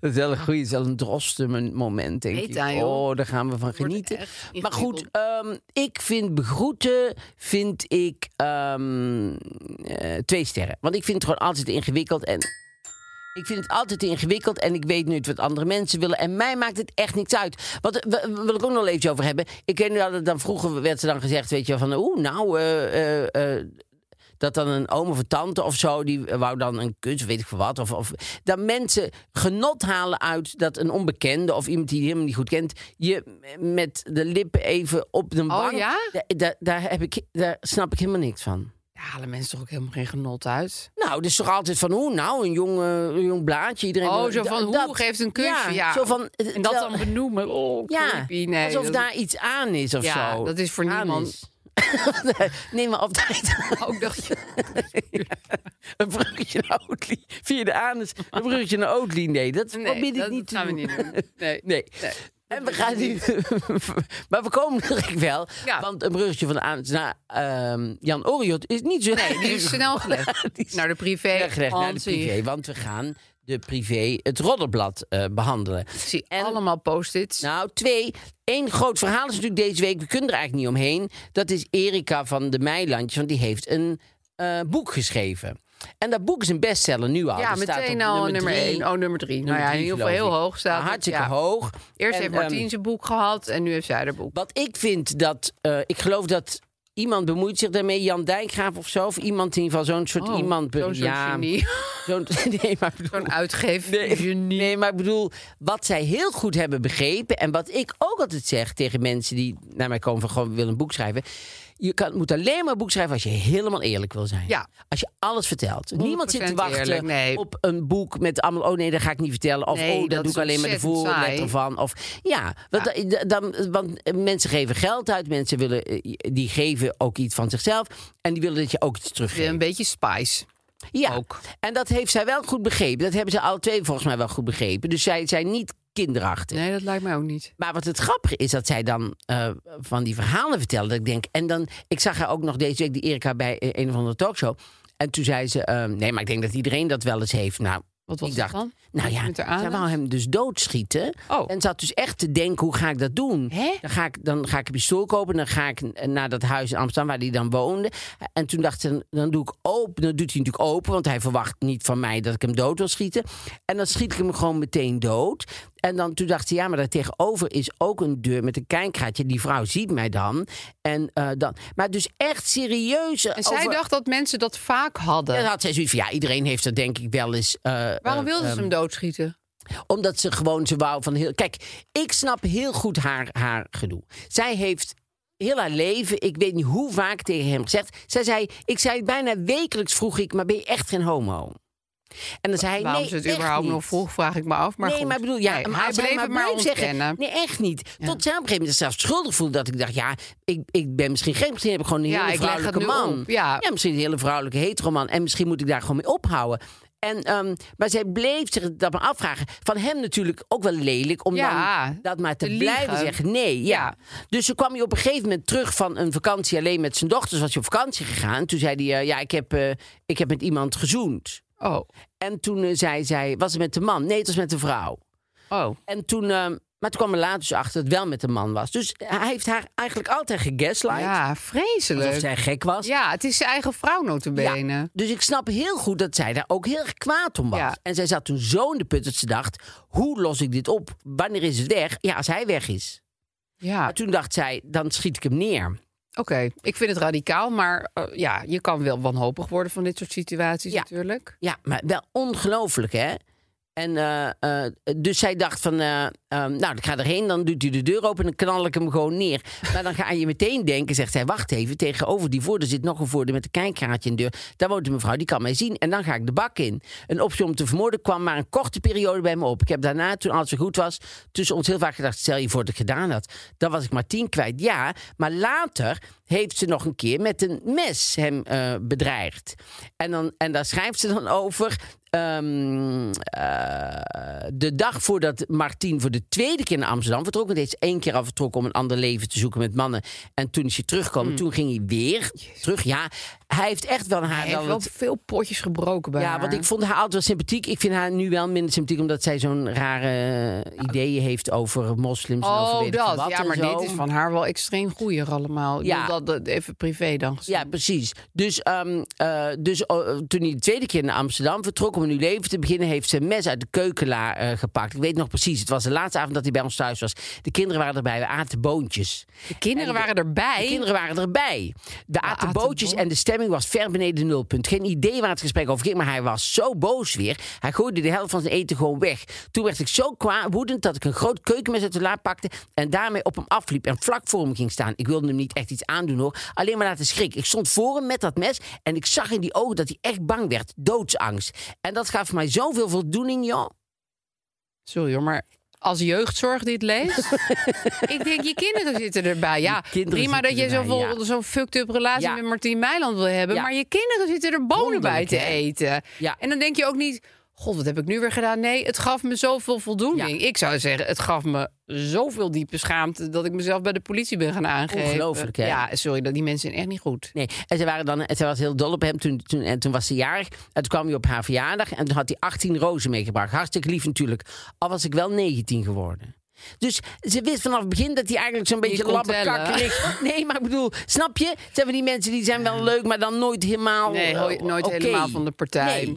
[SPEAKER 2] Dat is wel een goeie, dat is wel een drosten moment, denk
[SPEAKER 3] Meta,
[SPEAKER 2] ik.
[SPEAKER 3] joh.
[SPEAKER 2] Oh, daar gaan we van genieten.
[SPEAKER 3] echt
[SPEAKER 2] Maar goed,
[SPEAKER 3] ingewikkeld.
[SPEAKER 2] ehm, ik vind begroeten, vind ik ehm, eh, twee sterren. Want ik vind het gewoon altijd ingewikkeld en... Ik vind het altijd ingewikkeld en ik weet nooit wat andere mensen willen. En mij maakt het echt niks uit. Wat we- we- wil ik ook nog even over hebben. Ik weet nu dat het dan vroeger werd er dan gezegd, weet je, van oeh, nou, eh, eh, eh, dat dan een oom of een tante of zo, die wou dan een kunst, weet ik veel wat. Of, of, dat mensen genot halen uit dat een onbekende of iemand die je helemaal niet goed kent, je met de lippen even op de wang.
[SPEAKER 3] Oh, ja?
[SPEAKER 2] Da- da- daar, heb ik, daar snap ik helemaal niks van.
[SPEAKER 3] Ja, halen mensen toch ook helemaal geen genot uit?
[SPEAKER 2] Nou, dus toch altijd van hoe, nou, een jong, eh, een jong blaadje. Iedereen
[SPEAKER 3] Oh,
[SPEAKER 2] wil-
[SPEAKER 3] zo van,
[SPEAKER 2] da-
[SPEAKER 3] hoe geeft een kusje?
[SPEAKER 2] Ja,
[SPEAKER 3] Ja.
[SPEAKER 2] Zo van, eh,
[SPEAKER 3] En dat
[SPEAKER 2] wel-
[SPEAKER 3] dan benoemen. Oh,
[SPEAKER 2] ja,
[SPEAKER 3] creepy. Nee,
[SPEAKER 2] alsof
[SPEAKER 3] dat-
[SPEAKER 2] daar iets aan is of
[SPEAKER 3] Ja,
[SPEAKER 2] zo.
[SPEAKER 3] dat is voor
[SPEAKER 2] Aan
[SPEAKER 3] niemand-
[SPEAKER 2] is. Neem maar altijd
[SPEAKER 3] Ook dacht je,
[SPEAKER 2] een bruggetje naar Oatly. Via de anus, een bruggetje naar Oatly. Nee, dat
[SPEAKER 3] nee,
[SPEAKER 2] probeer ik
[SPEAKER 3] dat
[SPEAKER 2] niet te
[SPEAKER 3] gaan we
[SPEAKER 2] doen.
[SPEAKER 3] niet doen. Nee.
[SPEAKER 2] Nee. En we gaan nu... maar we komen er wel.
[SPEAKER 3] Ja.
[SPEAKER 2] Want een bruggetje van de anus naar ehm, Jan Oriot is niet zo...
[SPEAKER 3] Nee, die is snel gelegd.
[SPEAKER 2] Die is
[SPEAKER 3] Naar de privé.
[SPEAKER 2] weggelegd naar de
[SPEAKER 3] Hansie.
[SPEAKER 2] privé. Want we gaan de privé, het Rodderblad, eh, behandelen.
[SPEAKER 3] Ik zie allemaal post-its.
[SPEAKER 2] Nou, twee. Eén groot verhaal is natuurlijk deze week. We kunnen er eigenlijk niet omheen. Dat is Erika van de Meilandjes. Want die heeft een eh, boek geschreven. En dat boek is een bestseller nu al.
[SPEAKER 3] ja,
[SPEAKER 2] Dat staat
[SPEAKER 3] meteen
[SPEAKER 2] op
[SPEAKER 3] al nummer
[SPEAKER 2] drie.
[SPEAKER 3] 1. Oh, nummer 3. Nou
[SPEAKER 2] Nummer
[SPEAKER 3] ja, in
[SPEAKER 2] drie,
[SPEAKER 3] ieder geval
[SPEAKER 2] geloof
[SPEAKER 3] heel
[SPEAKER 2] ik. Nou,
[SPEAKER 3] hoog staat het.
[SPEAKER 2] Hartstikke
[SPEAKER 3] Ja.
[SPEAKER 2] hoog.
[SPEAKER 3] Eerst
[SPEAKER 2] En,
[SPEAKER 3] heeft
[SPEAKER 2] ehm,
[SPEAKER 3] Martien zijn boek gehad en nu heeft zij haar boek.
[SPEAKER 2] wat ik vind dat... eh, ik geloof dat iemand bemoeit zich daarmee. Jan Dijkgraaf of zo. Of iemand in ieder geval zo'n soort
[SPEAKER 3] Oh,
[SPEAKER 2] iemand. be-
[SPEAKER 3] zo'n soort
[SPEAKER 2] ja,
[SPEAKER 3] genie.
[SPEAKER 2] Zo'n, nee, maar ik bedoel-
[SPEAKER 3] Zo'n uitgeef.
[SPEAKER 2] Nee, nee, maar ik bedoel, wat zij heel goed hebben begrepen... en wat ik ook altijd zeg tegen mensen die naar mij komen van... gewoon wil een boek schrijven. Je kan, moet alleen maar een boek schrijven als je helemaal eerlijk wil zijn.
[SPEAKER 3] Ja.
[SPEAKER 2] Als je alles vertelt. Niemand zit te
[SPEAKER 3] 100%
[SPEAKER 2] wachten
[SPEAKER 3] eerlijk, nee.
[SPEAKER 2] op een boek met allemaal... oh nee, dat ga ik niet vertellen. Of
[SPEAKER 3] Nee,
[SPEAKER 2] oh,
[SPEAKER 3] dat
[SPEAKER 2] dat doe
[SPEAKER 3] is
[SPEAKER 2] ik alleen maar de
[SPEAKER 3] ontzettend
[SPEAKER 2] voorletter
[SPEAKER 3] saai.
[SPEAKER 2] van. Of, ja, want, da- Dan, want eh, mensen geven geld uit. Mensen willen, eh, die geven ook iets van zichzelf. En die willen dat je ook iets teruggeeft.
[SPEAKER 3] Een beetje spice.
[SPEAKER 2] Ja, en dat heeft zij wel goed begrepen. Dat hebben ze alle twee volgens mij wel goed begrepen. Dus zij zijn niet kinderachtig.
[SPEAKER 3] Nee, dat lijkt mij ook niet.
[SPEAKER 2] Maar wat het grappige is, dat zij dan eh, van die verhalen vertellen. Dat ik denk, en dan, ik zag haar ook nog deze week, die Erika, bij eh, een of andere talkshow. En toen zei ze, eh, nee, maar ik denk dat iedereen dat wel eens heeft. Nou,
[SPEAKER 3] Wat was
[SPEAKER 2] ik
[SPEAKER 3] dat
[SPEAKER 2] dacht,
[SPEAKER 3] dan?
[SPEAKER 2] Nou ja,
[SPEAKER 3] Met haar
[SPEAKER 2] zij
[SPEAKER 3] aandacht?
[SPEAKER 2] wou hem dus doodschieten.
[SPEAKER 3] Oh.
[SPEAKER 2] En zat dus echt te denken, hoe ga ik dat doen?
[SPEAKER 3] Hè?
[SPEAKER 2] Dan, ga ik, dan ga ik een pistool kopen, dan ga ik eh, naar dat huis in Amsterdam waar hij dan woonde. En toen dacht ze, dan doe ik open. Dan doet hij natuurlijk open, want hij verwacht niet van mij dat ik hem dood wil schieten. En dan schiet ik hem gewoon meteen dood. En dan toen dacht ze, ja, maar daar tegenover is ook een deur met een kijkgaatje. Die vrouw ziet mij dan. En, eh, dan. Maar dus echt serieus. eh,
[SPEAKER 3] En zij dacht dat mensen dat vaak hadden.
[SPEAKER 2] Dan had zij zoiets van, ja, nou, iedereen heeft dat denk ik wel eens... eh,
[SPEAKER 3] Waarom wilden ze hem doodschieten?
[SPEAKER 2] omdat ze gewoon, ze wou van heel... Kijk, ik snap heel goed haar, haar gedoe. Zij heeft heel haar leven, ik weet niet hoe vaak tegen hem gezegd... Zij zei, ik zei bijna wekelijks vroeg ik, maar ben je echt geen homo? En dan zei hij,
[SPEAKER 3] Waarom
[SPEAKER 2] nee,
[SPEAKER 3] ze het
[SPEAKER 2] echt
[SPEAKER 3] überhaupt
[SPEAKER 2] niet.
[SPEAKER 3] nog vroeg, vraag ik me af. Maar
[SPEAKER 2] nee,
[SPEAKER 3] goed.
[SPEAKER 2] maar ik bedoel, ja,
[SPEAKER 3] Nee,
[SPEAKER 2] maar
[SPEAKER 3] hij
[SPEAKER 2] als
[SPEAKER 3] bleef het maar
[SPEAKER 2] bleef
[SPEAKER 3] ontkennen.
[SPEAKER 2] Zeggen, nee, echt niet. Tot zij op een gegeven moment zelfs schuldig voelde dat ik dacht, ja, ik, ik ben misschien geen, misschien heb ik gewoon een
[SPEAKER 3] Ja,
[SPEAKER 2] hele
[SPEAKER 3] ik leg het
[SPEAKER 2] vrouwelijke
[SPEAKER 3] nu
[SPEAKER 2] man.
[SPEAKER 3] op, ja.
[SPEAKER 2] misschien een hele vrouwelijke hetero man. En misschien moet ik daar gewoon mee ophouden. En, ehm, maar zij bleef zich dat maar afvragen. Van hem natuurlijk ook wel lelijk om
[SPEAKER 3] Ja,
[SPEAKER 2] dan dat maar te,
[SPEAKER 3] te
[SPEAKER 2] blijven
[SPEAKER 3] liegen.
[SPEAKER 2] zeggen. Nee, ja.
[SPEAKER 3] Ja.
[SPEAKER 2] Dus toen kwam hij op een gegeven moment terug van een vakantie alleen met zijn dochters. Was hij op vakantie gegaan. Toen zei hij, eh, ja, ik heb, eh, ik heb met iemand gezoend.
[SPEAKER 3] Oh,
[SPEAKER 2] En toen eh, zei zij, was het met de man? Nee, het was met de vrouw.
[SPEAKER 3] oh.
[SPEAKER 2] En toen, eh, maar toen kwam er later dus achter dat het wel met de man was. Dus hij heeft haar eigenlijk altijd gegaslight.
[SPEAKER 3] Ja,
[SPEAKER 2] alsof
[SPEAKER 3] vreselijk.
[SPEAKER 2] zij gek was.
[SPEAKER 3] Ja, het is zijn eigen vrouw notabene.
[SPEAKER 2] Ja, dus ik snap heel goed dat zij daar ook heel erg kwaad om was.
[SPEAKER 3] Ja.
[SPEAKER 2] En zij zat toen zo in de put dat ze dacht... hoe los ik dit op? Wanneer is het weg? Ja, als hij weg is.
[SPEAKER 3] Ja,
[SPEAKER 2] Maar toen dacht zij, dan schiet ik hem neer.
[SPEAKER 3] oké. Ik vind het radicaal, maar eh, ja, je kan wel wanhopig worden van dit soort situaties
[SPEAKER 2] Ja.
[SPEAKER 3] natuurlijk.
[SPEAKER 2] Ja, maar wel ongelooflijk, hè? En eh, eh, dus zij dacht van, eh, ehm, nou, ik ga erheen, dan doet hij de deur open en dan knal ik hem gewoon neer. Maar dan ga je meteen denken, zegt zij, wacht even, tegenover die voordeur zit nog een voordeur met een kijkgaatje in de deur. Daar woont een mevrouw, die kan mij zien en dan ga ik de bak in. Een optie om te vermoorden kwam maar een korte periode bij me op. Ik heb daarna, toen alles weer goed was, tussen ons heel vaak gedacht, stel je voor dat ik het gedaan had. Dan was ik maar tien kwijt, ja. Maar later heeft ze nog een keer met een mes hem eh, bedreigd. En, dan, en daar schrijft ze dan over. ehm, eh, de dag voordat Martien voor de tweede keer naar Amsterdam vertrok. Want hij is één keer al vertrokken om een ander leven te zoeken met mannen. En toen is hij teruggekomen.
[SPEAKER 3] Mm.
[SPEAKER 2] Toen ging hij weer terug. Ja, hij heeft echt wel haar
[SPEAKER 3] Hij heeft
[SPEAKER 2] wel
[SPEAKER 3] wel
[SPEAKER 2] het-
[SPEAKER 3] veel potjes gebroken bij
[SPEAKER 2] ja,
[SPEAKER 3] haar.
[SPEAKER 2] want ik vond haar altijd wel sympathiek. Ik vind haar nu wel minder sympathiek, omdat zij zo'n rare eh, ideeën heeft over moslims. en over
[SPEAKER 3] Oh,
[SPEAKER 2] weet ik veel
[SPEAKER 3] dat.
[SPEAKER 2] wat
[SPEAKER 3] Ja,
[SPEAKER 2] en
[SPEAKER 3] maar
[SPEAKER 2] zo.
[SPEAKER 3] dit is van haar wel extreem goeier allemaal.
[SPEAKER 2] Ja.
[SPEAKER 3] Ja. Dat, dat even privé dan gezien.
[SPEAKER 2] Ja, precies. Dus, ehm, eh, dus eh, toen hij de tweede keer naar Amsterdam vertrok om een nieuw leven te beginnen, heeft ze een mes uit de keukenlaar eh, gepakt. Ik weet nog precies, het was de laatste avond dat hij bij ons thuis was. De kinderen waren erbij, we aten boontjes.
[SPEAKER 3] De kinderen waren erbij.
[SPEAKER 2] De kinderen waren erbij. De aten
[SPEAKER 3] aten
[SPEAKER 2] bootjes
[SPEAKER 3] boot-
[SPEAKER 2] en de stemming was ver beneden nulpunt. Geen idee waar het gesprek over ging, maar hij was zo boos weer. Hij gooide de helft van zijn eten gewoon weg. Toen werd ik zo kwa- woedend dat ik een groot keukenmes uit de la pakte... en daarmee op hem afliep en vlak voor hem ging staan. Ik wilde hem niet echt iets aandoen, hoor. Alleen maar laten schrikken. Ik stond voor hem met dat mes en ik zag in die ogen dat hij echt bang werd. Doodsangst. En dat gaf mij zoveel voldoening, joh.
[SPEAKER 3] Sorry hoor, maar als jeugdzorg dit leest. ik denk, je kinderen zitten erbij. Ja,
[SPEAKER 2] Je kinderen
[SPEAKER 3] prima dat je
[SPEAKER 2] zitten erbij,
[SPEAKER 3] zoveel,
[SPEAKER 2] ja.
[SPEAKER 3] zo'n fucked up relatie
[SPEAKER 2] Ja.
[SPEAKER 3] met Martien Meiland wil hebben.
[SPEAKER 2] Ja.
[SPEAKER 3] Maar je kinderen zitten er bonen bij
[SPEAKER 2] Wonderlijk,
[SPEAKER 3] te
[SPEAKER 2] hè?
[SPEAKER 3] eten.
[SPEAKER 2] Ja.
[SPEAKER 3] En dan denk je ook niet, god, wat heb ik nu weer gedaan? Nee, het gaf me zoveel voldoening. Ik zou zeggen, het gaf me zoveel diepe schaamte... dat ik mezelf bij de politie ben gaan aangeven.
[SPEAKER 2] Ongelooflijk, hè?
[SPEAKER 3] Ja, sorry, dat die mensen zijn echt niet goed.
[SPEAKER 2] Nee, en ze, waren dan, en ze was heel dol op hem toen, toen, en toen was ze jarig. En toen kwam hij op haar verjaardag en toen had hij 18 rozen meegebracht. Hartstikke lief natuurlijk. Al was ik wel 19 geworden. Dus ze wist vanaf het begin dat hij eigenlijk zo'n beetje
[SPEAKER 3] kon
[SPEAKER 2] labbekakkerig... Nee, maar ik bedoel, snap je? Ze hebben die mensen die zijn wel leuk, maar dan nooit helemaal...
[SPEAKER 3] Nee,
[SPEAKER 2] eh,
[SPEAKER 3] hoi- nooit
[SPEAKER 2] oké.
[SPEAKER 3] helemaal van de partij.
[SPEAKER 2] Nee.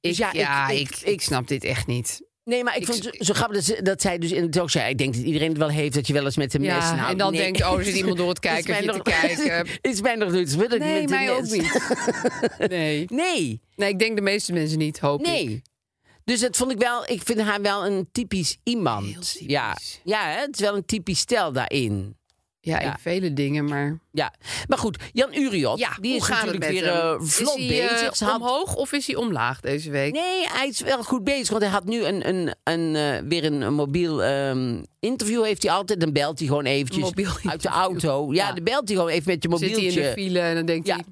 [SPEAKER 3] Ik,
[SPEAKER 2] Dus ja,
[SPEAKER 3] ja,
[SPEAKER 2] ik-
[SPEAKER 3] ik,
[SPEAKER 2] ik-
[SPEAKER 3] ik,
[SPEAKER 2] ik-
[SPEAKER 3] snap dit echt niet.
[SPEAKER 2] Nee, maar ik,
[SPEAKER 3] Ik-
[SPEAKER 2] vond het zo- zo grappig dat, ze- dat zij dus in het ook zei... Ik denk dat iedereen het wel heeft dat je wel eens met een
[SPEAKER 3] Ja,
[SPEAKER 2] mes... Nou,
[SPEAKER 3] en dan
[SPEAKER 2] nee.
[SPEAKER 3] denkt, oh, er zit iemand door het
[SPEAKER 2] Is mij
[SPEAKER 3] kijkertje te
[SPEAKER 2] nog-
[SPEAKER 3] kijken.
[SPEAKER 2] Is mij nog nooit gebeurd dat ik
[SPEAKER 3] Nee,
[SPEAKER 2] met een
[SPEAKER 3] mij ook
[SPEAKER 2] mes-
[SPEAKER 3] niet. Nee.
[SPEAKER 2] Nee.
[SPEAKER 3] nee, ik denk de meeste mensen niet, hoop ik.
[SPEAKER 2] Nee. Dus dat vond ik wel, ik vind haar wel een typisch iemand. Ja, ja hè? het is wel een typisch stijl daarin.
[SPEAKER 3] Ja,
[SPEAKER 2] Ja.
[SPEAKER 3] in vele dingen, maar...
[SPEAKER 2] Ja, maar goed, Jan Uriot, die is natuurlijk weer eh, vlot
[SPEAKER 3] is hij, eh,
[SPEAKER 2] bezig. Ze had-
[SPEAKER 3] omhoog of is hij omlaag deze week?
[SPEAKER 2] Nee, hij is wel goed bezig, want hij had nu een, een, een, eh, weer een, een mobiel ehm, interview. Heeft hij altijd, dan belt hij gewoon eventjes
[SPEAKER 3] Mobiel
[SPEAKER 2] uit de
[SPEAKER 3] interview.
[SPEAKER 2] auto. Ja,
[SPEAKER 3] Ja.
[SPEAKER 2] dan belt hij gewoon even met je
[SPEAKER 3] Zit hij
[SPEAKER 2] mobieltje.
[SPEAKER 3] in de file en dan denkt
[SPEAKER 2] Ja.
[SPEAKER 3] hij...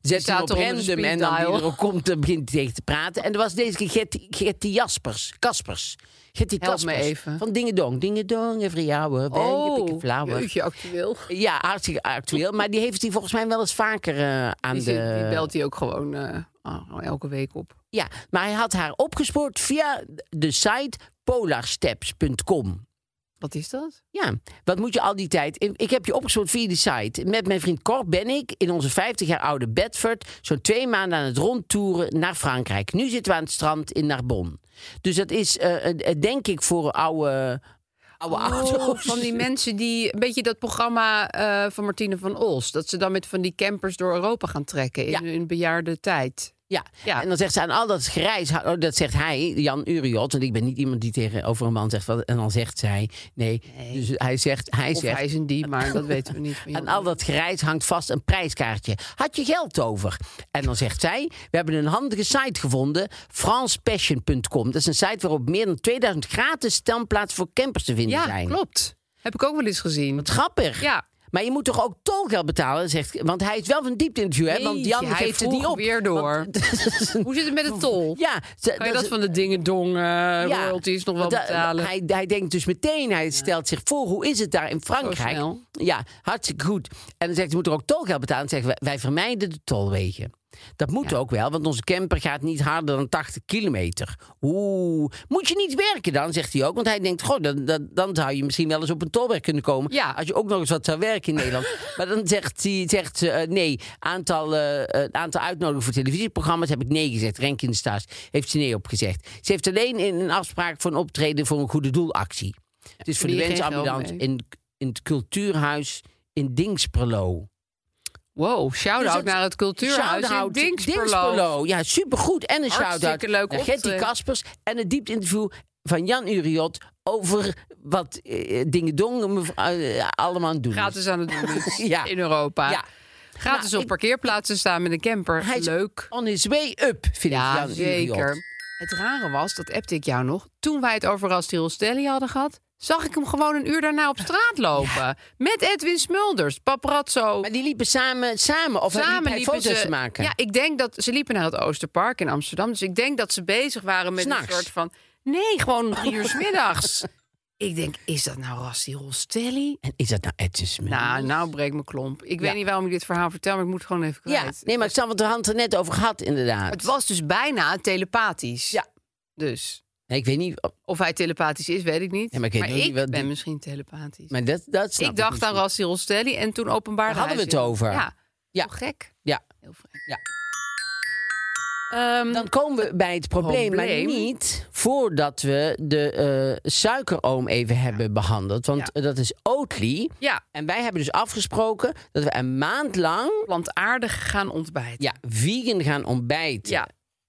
[SPEAKER 2] Zet
[SPEAKER 3] staat
[SPEAKER 2] hem op
[SPEAKER 3] er onder de
[SPEAKER 2] random en dan wie
[SPEAKER 3] speeddial.
[SPEAKER 2] er ook komt, dan begint hij tegen te praten. En er was deze keer Gertie, Gertie Jaspers, Kaspers. Gertie
[SPEAKER 3] Help me
[SPEAKER 2] Kaspers.
[SPEAKER 3] even.
[SPEAKER 2] Van Dingedong. Dingedong, every hour, ben je pikke
[SPEAKER 3] Oh,
[SPEAKER 2] flower.
[SPEAKER 3] jeetje, actueel.
[SPEAKER 2] Ja, hartstikke actueel. Maar die heeft hij volgens mij wel eens vaker eh, aan
[SPEAKER 3] Die,
[SPEAKER 2] de...
[SPEAKER 3] zit- die belt hij ook gewoon eh, oh, elke week op.
[SPEAKER 2] Ja, maar hij had haar opgespoord via de site polarsteps.com.
[SPEAKER 3] Wat is dat?
[SPEAKER 2] Ja, wat moet je al die tijd... Ik- Ik heb je opgesloten via die site. Met mijn vriend Cor ben ik in onze 50 jaar oude Bedford... zo'n twee maanden aan het rondtoeren naar Frankrijk. Nu zitten we aan het strand in Narbonne. Dus dat is, eh, eh, denk ik, voor oude... Oude auto's.
[SPEAKER 3] Oh, van die mensen die... Een beetje dat programma eh, van Martine van Ols. Dat ze dan met van die campers door Europa gaan trekken. In
[SPEAKER 2] Ja.
[SPEAKER 3] hun bejaarde tijd.
[SPEAKER 2] Ja.
[SPEAKER 3] Ja.
[SPEAKER 2] en dan zegt ze aan al dat grijs, oh, dat zegt hij, Jan Uriot. Want ik ben niet iemand die tegenover een man zegt wat. En dan zegt zij, nee. Dus hij zegt, hij
[SPEAKER 3] Of
[SPEAKER 2] zegt.
[SPEAKER 3] hij is een die, maar dat weten we niet. van
[SPEAKER 2] Aan
[SPEAKER 3] Jan.
[SPEAKER 2] al dat grijs hangt vast een prijskaartje. Had je geld over? En dan zegt zij: We hebben een handige site gevonden, franspassion.com. Dat is een site waarop meer dan 2000 gratis standplaatsen voor campers te vinden
[SPEAKER 3] ja,
[SPEAKER 2] zijn.
[SPEAKER 3] klopt. Heb ik ook wel eens gezien.
[SPEAKER 2] Wat grappig.
[SPEAKER 3] Ja.
[SPEAKER 2] Maar je moet toch ook tolgeld betalen? Zegt, want hij is wel van diepte interview, hè? Want
[SPEAKER 3] Jeetje,
[SPEAKER 2] Jan
[SPEAKER 3] hij
[SPEAKER 2] geeft het
[SPEAKER 3] vroeg
[SPEAKER 2] niet op.
[SPEAKER 3] weer door.
[SPEAKER 2] Want-
[SPEAKER 3] Hoe zit het met de tol?
[SPEAKER 2] Ja, ze-
[SPEAKER 3] Kan je dat
[SPEAKER 2] is-
[SPEAKER 3] van de dingen dong eh
[SPEAKER 2] Ja,
[SPEAKER 3] royalties nog wel
[SPEAKER 2] want, eh,
[SPEAKER 3] betalen?
[SPEAKER 2] Hij, hij denkt dus meteen, hij stelt zich voor, hoe is het daar in Frankrijk?
[SPEAKER 3] snel.
[SPEAKER 2] Ja, hartstikke goed. En dan zegt ze, moet er ook tolgeld betalen? Dan zeggen we, wij vermijden de tolwegen. Dat moet ook wel, want onze camper gaat niet harder dan 80 kilometer. Oeh, moet je niet werken dan, zegt hij ook. Want hij denkt, goh, dan, dan, dan zou je misschien wel eens op een tolweg kunnen komen.
[SPEAKER 3] Ja.
[SPEAKER 2] Als je ook nog eens wat zou werken in Nederland. maar dan zegt, hij, zegt ze, eh, nee, aantal, eh, eh, aantal uitnodigingen voor televisieprogramma's heb ik nee gezegd. Renke in de Staes heeft ze nee opgezegd. Ze heeft alleen in een afspraak voor een optreden voor een goede doelactie. Het is voor de
[SPEAKER 3] verdien je geen geld
[SPEAKER 2] wensambulance
[SPEAKER 3] mee.
[SPEAKER 2] in, in het cultuurhuis in Dingsperlo.
[SPEAKER 3] Wow, shout-out
[SPEAKER 2] Dus het-
[SPEAKER 3] naar het cultuurhuis in
[SPEAKER 2] Shout-out
[SPEAKER 3] Dingsperlo.
[SPEAKER 2] Ja, supergoed. En een
[SPEAKER 3] Hartstikke
[SPEAKER 2] shout-out
[SPEAKER 3] leuk
[SPEAKER 2] naar Gertie
[SPEAKER 3] optreden.
[SPEAKER 2] Kaspers. En het diepte-interview van Jan Uriot over wat eh, dingedong mevrouw, eh, allemaal aan het doen is.
[SPEAKER 3] Gratis aan het doen is
[SPEAKER 2] Ja.
[SPEAKER 3] in Europa.
[SPEAKER 2] Ja.
[SPEAKER 3] Gratis
[SPEAKER 2] Nou,
[SPEAKER 3] op
[SPEAKER 2] ik-
[SPEAKER 3] parkeerplaatsen staan met een camper.
[SPEAKER 2] Hij is
[SPEAKER 3] Leuk.
[SPEAKER 2] on his way up, vind ik
[SPEAKER 3] Ja,
[SPEAKER 2] Jan Uriot.
[SPEAKER 3] zeker. Het rare was, dat appte ik jou nog, toen wij het over Rastil Stelli hadden gehad, zag ik hem gewoon een uur daarna op straat lopen. Met Edwin Smulders, paparazzo.
[SPEAKER 2] Maar die liepen samen, samen of samen liepen,
[SPEAKER 3] Samen
[SPEAKER 2] hij
[SPEAKER 3] liepen
[SPEAKER 2] foto's
[SPEAKER 3] ze
[SPEAKER 2] te maken.
[SPEAKER 3] Ja, ik denk dat ze liepen naar het Oosterpark in Amsterdam. Dus ik denk dat ze bezig waren met
[SPEAKER 2] S'nachts.
[SPEAKER 3] een soort van. Nee, gewoon om drie uur 's middags. ik denk, is dat nou Rasti Rostelli?
[SPEAKER 2] En is dat nou etjes?
[SPEAKER 3] Nou, nou breek mijn klomp. Ik weet niet waarom ik dit verhaal vertel, maar ik moet het gewoon even
[SPEAKER 2] ja,
[SPEAKER 3] kwijt.
[SPEAKER 2] nee, maar ik snap wat de hand er net over gehad, inderdaad.
[SPEAKER 3] Het was dus bijna telepathisch.
[SPEAKER 2] Ja.
[SPEAKER 3] Dus.
[SPEAKER 2] Nee, ik weet niet, oh,
[SPEAKER 3] Of hij telepathisch is, weet ik niet.
[SPEAKER 2] Ja, maar ik weet ook niet wat
[SPEAKER 3] ben
[SPEAKER 2] die-
[SPEAKER 3] misschien telepathisch.
[SPEAKER 2] maar dat, dat snap
[SPEAKER 3] ik dacht aan
[SPEAKER 2] misschien.
[SPEAKER 3] Rasti Rostelli en toen openbaar.
[SPEAKER 2] Daar hadden we het over.
[SPEAKER 3] Ja.
[SPEAKER 2] Ja.
[SPEAKER 3] Zo gek.
[SPEAKER 2] Ja.
[SPEAKER 3] Heel gek.
[SPEAKER 2] Ja.
[SPEAKER 3] Ehm,
[SPEAKER 2] Dan komen we bij het probleem,
[SPEAKER 3] Probleem.
[SPEAKER 2] maar niet voordat we de eh, suikeroom even hebben behandeld. Want
[SPEAKER 3] Ja.
[SPEAKER 2] eh, dat is Oatly.
[SPEAKER 3] ja.
[SPEAKER 2] En wij hebben dus afgesproken dat we een maand lang
[SPEAKER 3] plantaardig gaan ontbijten.
[SPEAKER 2] ja, vegan gaan ontbijten.
[SPEAKER 3] Ja,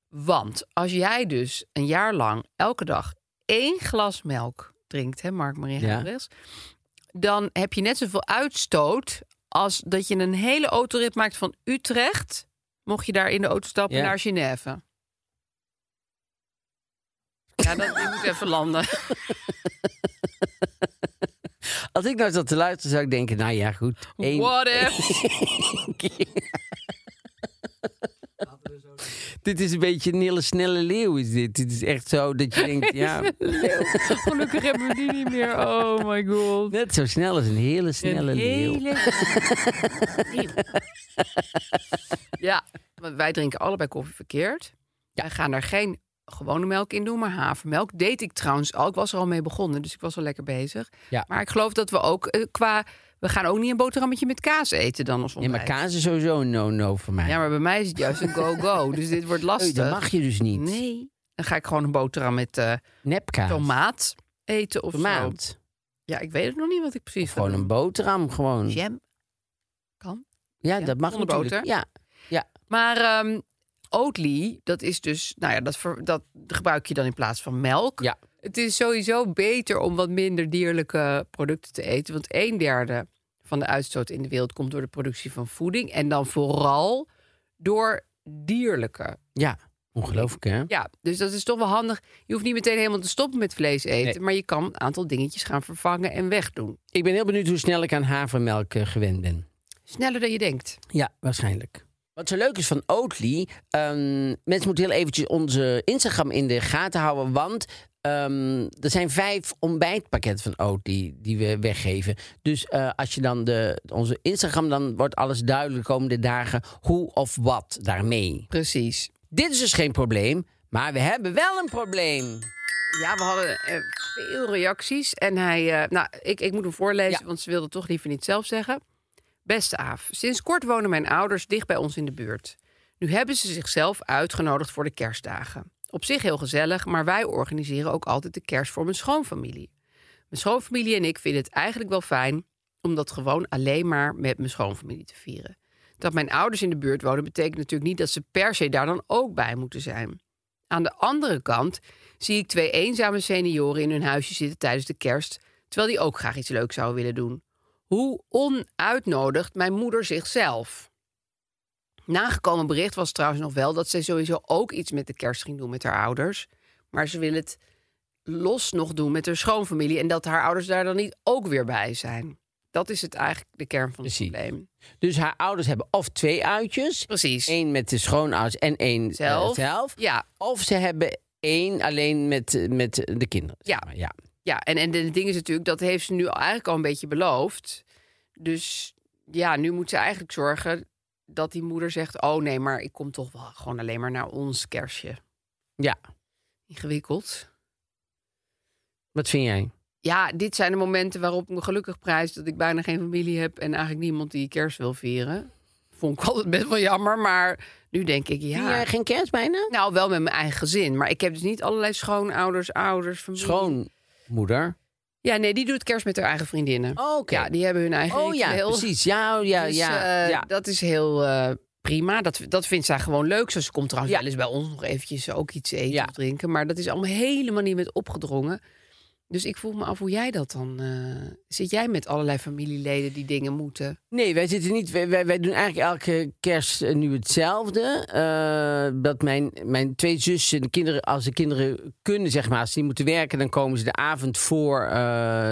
[SPEAKER 3] want als jij dus een jaar lang elke dag één glas melk drinkt, hè, Mark Marie
[SPEAKER 2] Ja.
[SPEAKER 3] Huibrechts, dan heb je net zoveel uitstoot als dat je een hele autorit maakt van Utrecht, mocht je daar in de auto stappen
[SPEAKER 2] Ja.
[SPEAKER 3] naar Genève. Ja, dat ik moet even landen.
[SPEAKER 2] Als ik nou zat te luisteren, zou ik denken, nou ja, goed. één-
[SPEAKER 3] What if?
[SPEAKER 2] Dit is een beetje een hele snelle leeuw, is dit. Dit is echt zo dat je denkt, ja,
[SPEAKER 3] Gelukkig hebben we die niet meer. Oh my god.
[SPEAKER 2] net zo snel als een hele snelle leeuw.
[SPEAKER 3] Ja, want wij drinken allebei koffie verkeerd. Wij gaan er geen gewone melk in doen, maar havermelk. Deed ik trouwens al. Ik was er al mee begonnen, dus ik was al lekker bezig.
[SPEAKER 2] Ja.
[SPEAKER 3] Maar ik geloof dat we ook eh, qua... We gaan ook niet een boterhammetje met kaas eten dan als
[SPEAKER 2] Ja,
[SPEAKER 3] ontbijt.
[SPEAKER 2] maar kaas is sowieso een no-no voor mij.
[SPEAKER 3] Ja, maar bij mij is het juist een go-go. dus dit wordt
[SPEAKER 2] Oei,
[SPEAKER 3] lastig.
[SPEAKER 2] Oh, dat mag je dus niet.
[SPEAKER 3] Nee. Dan ga ik gewoon een boterham met eh,
[SPEAKER 2] Nepkaas.
[SPEAKER 3] tomaat eten of zo.
[SPEAKER 2] Tomaat.
[SPEAKER 3] Ja, ik weet het nog niet wat ik precies
[SPEAKER 2] Gewoon
[SPEAKER 3] ga
[SPEAKER 2] een
[SPEAKER 3] doen.
[SPEAKER 2] boterham, gewoon. Ja,
[SPEAKER 3] Jam. Kan.
[SPEAKER 2] dat mag
[SPEAKER 3] zonder
[SPEAKER 2] natuurlijk.
[SPEAKER 3] boter.
[SPEAKER 2] Ja,
[SPEAKER 3] Maar ehm, Oatly, dat is dus, nou ja, dat, ver- dat gebruik je dan in plaats van melk.
[SPEAKER 2] Ja.
[SPEAKER 3] Het is sowieso beter om wat minder dierlijke producten te eten. Want een derde van de uitstoot in de wereld komt door de productie van voeding. En dan vooral door dierlijke.
[SPEAKER 2] ja. ongelooflijk hè?
[SPEAKER 3] Ja, dus dat is toch wel handig. Je hoeft niet meteen helemaal te stoppen met vlees eten. Maar je kan een aantal dingetjes gaan vervangen en wegdoen.
[SPEAKER 2] Ik ben heel benieuwd hoe snel ik aan havermelk eh, gewend ben.
[SPEAKER 3] Sneller dan je denkt.
[SPEAKER 2] Ja, waarschijnlijk. Wat zo leuk is van Oatly, ehm, mensen moeten heel eventjes onze Instagram in de gaten houden, want ehm, er zijn vijf ontbijtpakketten van Oatly die we weggeven. Dus eh, als je dan de, onze Instagram, dan wordt alles duidelijk de komende dagen hoe of wat daarmee.
[SPEAKER 3] Precies.
[SPEAKER 2] Dit is dus geen probleem, maar we hebben wel een probleem.
[SPEAKER 3] Ja, we hadden eh, veel reacties. En hij, eh, nou, ik, ik moet hem voorlezen,
[SPEAKER 2] Ja.
[SPEAKER 3] want ze wilde het toch liever niet zelf zeggen. Beste Aaf, sinds kort wonen mijn ouders dicht bij ons in de buurt. Nu hebben ze zichzelf uitgenodigd voor de kerstdagen. Op zich heel gezellig, maar wij organiseren ook altijd de kerst voor mijn schoonfamilie. Mijn schoonfamilie en ik vinden het eigenlijk wel fijn om dat gewoon alleen maar met mijn schoonfamilie te vieren. Dat mijn ouders in de buurt wonen betekent natuurlijk niet dat ze per se daar dan ook bij moeten zijn. Aan de andere kant zie ik twee eenzame senioren in hun huisje zitten tijdens de kerst, terwijl die ook graag iets leuks zouden willen doen. Hoe onuitnodigt mijn moeder zichzelf? Nagekomen bericht was trouwens nog wel dat zij sowieso ook iets met de kerst ging doen met haar ouders, maar ze wil het los nog doen met haar schoonfamilie en dat haar ouders daar dan niet ook weer bij zijn. Dat is het eigenlijk de kern van het
[SPEAKER 2] Precies.
[SPEAKER 3] probleem.
[SPEAKER 2] Dus haar ouders hebben of twee uitjes,
[SPEAKER 3] Precies.
[SPEAKER 2] één met de schoonouders en één eh,
[SPEAKER 3] Zelf.
[SPEAKER 2] zelf.
[SPEAKER 3] Ja,
[SPEAKER 2] Of ze hebben één alleen met, eh, met de kinderen. zeg
[SPEAKER 3] Ja.
[SPEAKER 2] maar. ja.
[SPEAKER 3] Ja, en, en het ding is natuurlijk, dat heeft ze nu al eigenlijk al een beetje beloofd. Dus ja, nu moet ze eigenlijk zorgen dat die moeder zegt... oh nee, maar ik kom toch wel gewoon alleen maar naar ons kerstje.
[SPEAKER 2] Ja.
[SPEAKER 3] Ingewikkeld.
[SPEAKER 2] Wat vind jij?
[SPEAKER 3] Ja, dit zijn de momenten waarop ik me gelukkig prijs... dat ik bijna geen familie heb en eigenlijk niemand die kerst wil vieren. Vond ik altijd best wel jammer, maar nu denk ik
[SPEAKER 2] Vind
[SPEAKER 3] ja...
[SPEAKER 2] jij geen kerst bijna?
[SPEAKER 3] Nou, wel met mijn eigen gezin. Maar ik heb dus niet allerlei schoonouders, ouders, familie.
[SPEAKER 2] Schoonmoeder.
[SPEAKER 3] Ja, nee, die doet kerst met haar eigen vriendinnen.
[SPEAKER 2] Oh, oké.
[SPEAKER 3] Ja, die hebben hun eigen
[SPEAKER 2] Oh ja,
[SPEAKER 3] ritueel.
[SPEAKER 2] precies. Ja, oh, ja,
[SPEAKER 3] Dus,
[SPEAKER 2] ja,
[SPEAKER 3] eh,
[SPEAKER 2] ja.
[SPEAKER 3] Dat is heel eh, prima. Dat, dat vindt zij gewoon leuk. Zo, Ze komt trouwens
[SPEAKER 2] Ja.
[SPEAKER 3] wel eens bij ons nog eventjes ook iets eten
[SPEAKER 2] Ja.
[SPEAKER 3] of drinken. Maar dat is allemaal helemaal niet met opgedrongen. Dus ik vroeg me af hoe jij dat dan... eh, zit jij met allerlei familieleden die dingen moeten?
[SPEAKER 2] Nee, wij zitten niet. Wij, wij, wij doen eigenlijk elke kerst eh, nu hetzelfde. Eh, dat mijn, mijn twee zussen, de kinderen, als de kinderen kunnen, zeg maar, als die moeten werken, dan komen ze de avond voor eh,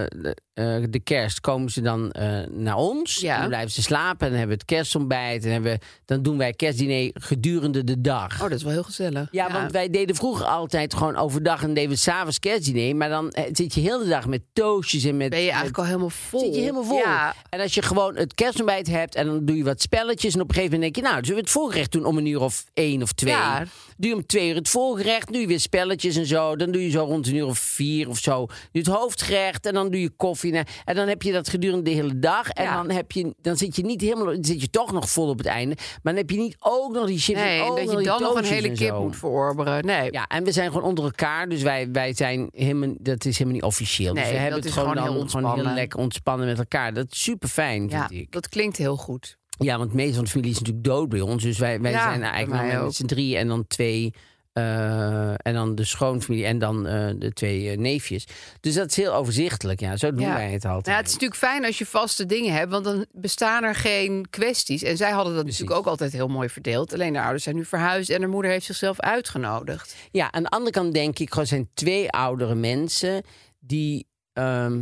[SPEAKER 2] de, eh, de kerst, komen ze dan eh, naar ons.
[SPEAKER 3] Ja.
[SPEAKER 2] Dan blijven ze slapen en dan hebben we het kerstontbijt. En hebben, we- dan doen wij kerstdiner gedurende de dag.
[SPEAKER 3] Oh, dat is wel heel gezellig.
[SPEAKER 2] Ja, want wij deden vroeger altijd gewoon overdag en deden we s'avonds kerstdiner. Maar dan eh, zit je heel de dag met toastjes en met...
[SPEAKER 3] ben je
[SPEAKER 2] met-
[SPEAKER 3] eigenlijk al helemaal vol.
[SPEAKER 2] Zit je helemaal vol.
[SPEAKER 3] Ja,
[SPEAKER 2] En als je gewoon het kerstontbijt hebt en dan doe je wat spelletjes... en op een gegeven moment denk je, nou, zullen we het voorgerecht doen om een uur of één of twee?
[SPEAKER 3] Ja.
[SPEAKER 2] Doe je om twee uur het voorgerecht, doe je weer spelletjes en zo. Dan doe je zo rond een uur of vier of zo. Doe je het hoofdgerecht en dan doe je koffie. Nou, En dan heb je dat gedurende de hele dag. En
[SPEAKER 3] Ja.
[SPEAKER 2] dan, heb je, dan zit je niet helemaal... dan zit je toch nog vol op het einde. Maar dan heb je niet ook nog die chips
[SPEAKER 3] nee,
[SPEAKER 2] en
[SPEAKER 3] en
[SPEAKER 2] ook
[SPEAKER 3] dat
[SPEAKER 2] nog
[SPEAKER 3] je
[SPEAKER 2] die
[SPEAKER 3] dan nog een
[SPEAKER 2] toastjes
[SPEAKER 3] hele
[SPEAKER 2] en
[SPEAKER 3] kip
[SPEAKER 2] zo.
[SPEAKER 3] moet verorberen. Nee,
[SPEAKER 2] Ja, en we zijn gewoon onder elkaar. Dus wij, wij zijn helemaal, dat is helemaal niet officieel. dus
[SPEAKER 3] Nee,
[SPEAKER 2] we hebben
[SPEAKER 3] dat
[SPEAKER 2] het
[SPEAKER 3] is
[SPEAKER 2] gewoon,
[SPEAKER 3] gewoon
[SPEAKER 2] dan
[SPEAKER 3] heel
[SPEAKER 2] gewoon heel
[SPEAKER 3] ontspannen.
[SPEAKER 2] lekker ontspannen met elkaar. Dat is super fijn,
[SPEAKER 3] Ja,
[SPEAKER 2] vind ik.
[SPEAKER 3] dat klinkt heel goed.
[SPEAKER 2] Ja, want meestal van de familie is natuurlijk dood bij ons. Dus wij, wij
[SPEAKER 3] Ja,
[SPEAKER 2] zijn
[SPEAKER 3] bij
[SPEAKER 2] eigenlijk
[SPEAKER 3] mij
[SPEAKER 2] maar
[SPEAKER 3] ook.
[SPEAKER 2] met z'n drie en dan twee eh, en dan de schoonfamilie en dan eh, de twee eh, neefjes. Dus dat is heel overzichtelijk. Ja, zo doen
[SPEAKER 3] Ja.
[SPEAKER 2] wij het altijd.
[SPEAKER 3] Nou, het is natuurlijk fijn als je vaste dingen hebt, want dan bestaan er geen kwesties. En zij hadden dat natuurlijk ook altijd heel mooi verdeeld. Alleen de ouders zijn nu verhuisd en haar moeder heeft zichzelf uitgenodigd.
[SPEAKER 2] Ja, aan de andere kant denk ik, gewoon zijn twee oudere mensen die, ehm,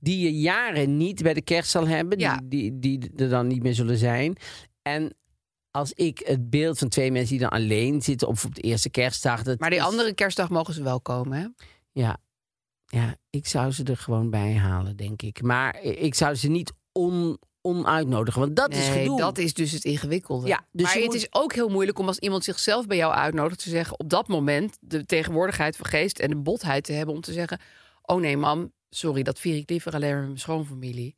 [SPEAKER 2] die je jaren niet bij de kerst zal hebben,
[SPEAKER 3] Ja.
[SPEAKER 2] die, die, die er dan niet meer zullen zijn. En als ik het beeld van twee mensen die dan alleen zitten op, op de eerste kerstdag. Dat
[SPEAKER 3] Maar die
[SPEAKER 2] is-
[SPEAKER 3] andere kerstdag mogen ze wel komen, hè?
[SPEAKER 2] Ja, ja, ik zou ze er gewoon bij halen, denk ik. Maar ik zou ze niet on, onuitnodigen, want dat is
[SPEAKER 3] Nee,
[SPEAKER 2] gedoe.
[SPEAKER 3] dat is dus het ingewikkelde.
[SPEAKER 2] Ja, dus
[SPEAKER 3] maar
[SPEAKER 2] je
[SPEAKER 3] het
[SPEAKER 2] moet-
[SPEAKER 3] is ook heel moeilijk om als iemand zichzelf bij jou uitnodigt te zeggen... op dat moment de tegenwoordigheid van geest en de botheid te hebben om te zeggen... oh nee, mam, sorry, dat vier ik liever alleen maar met mijn schoonfamilie.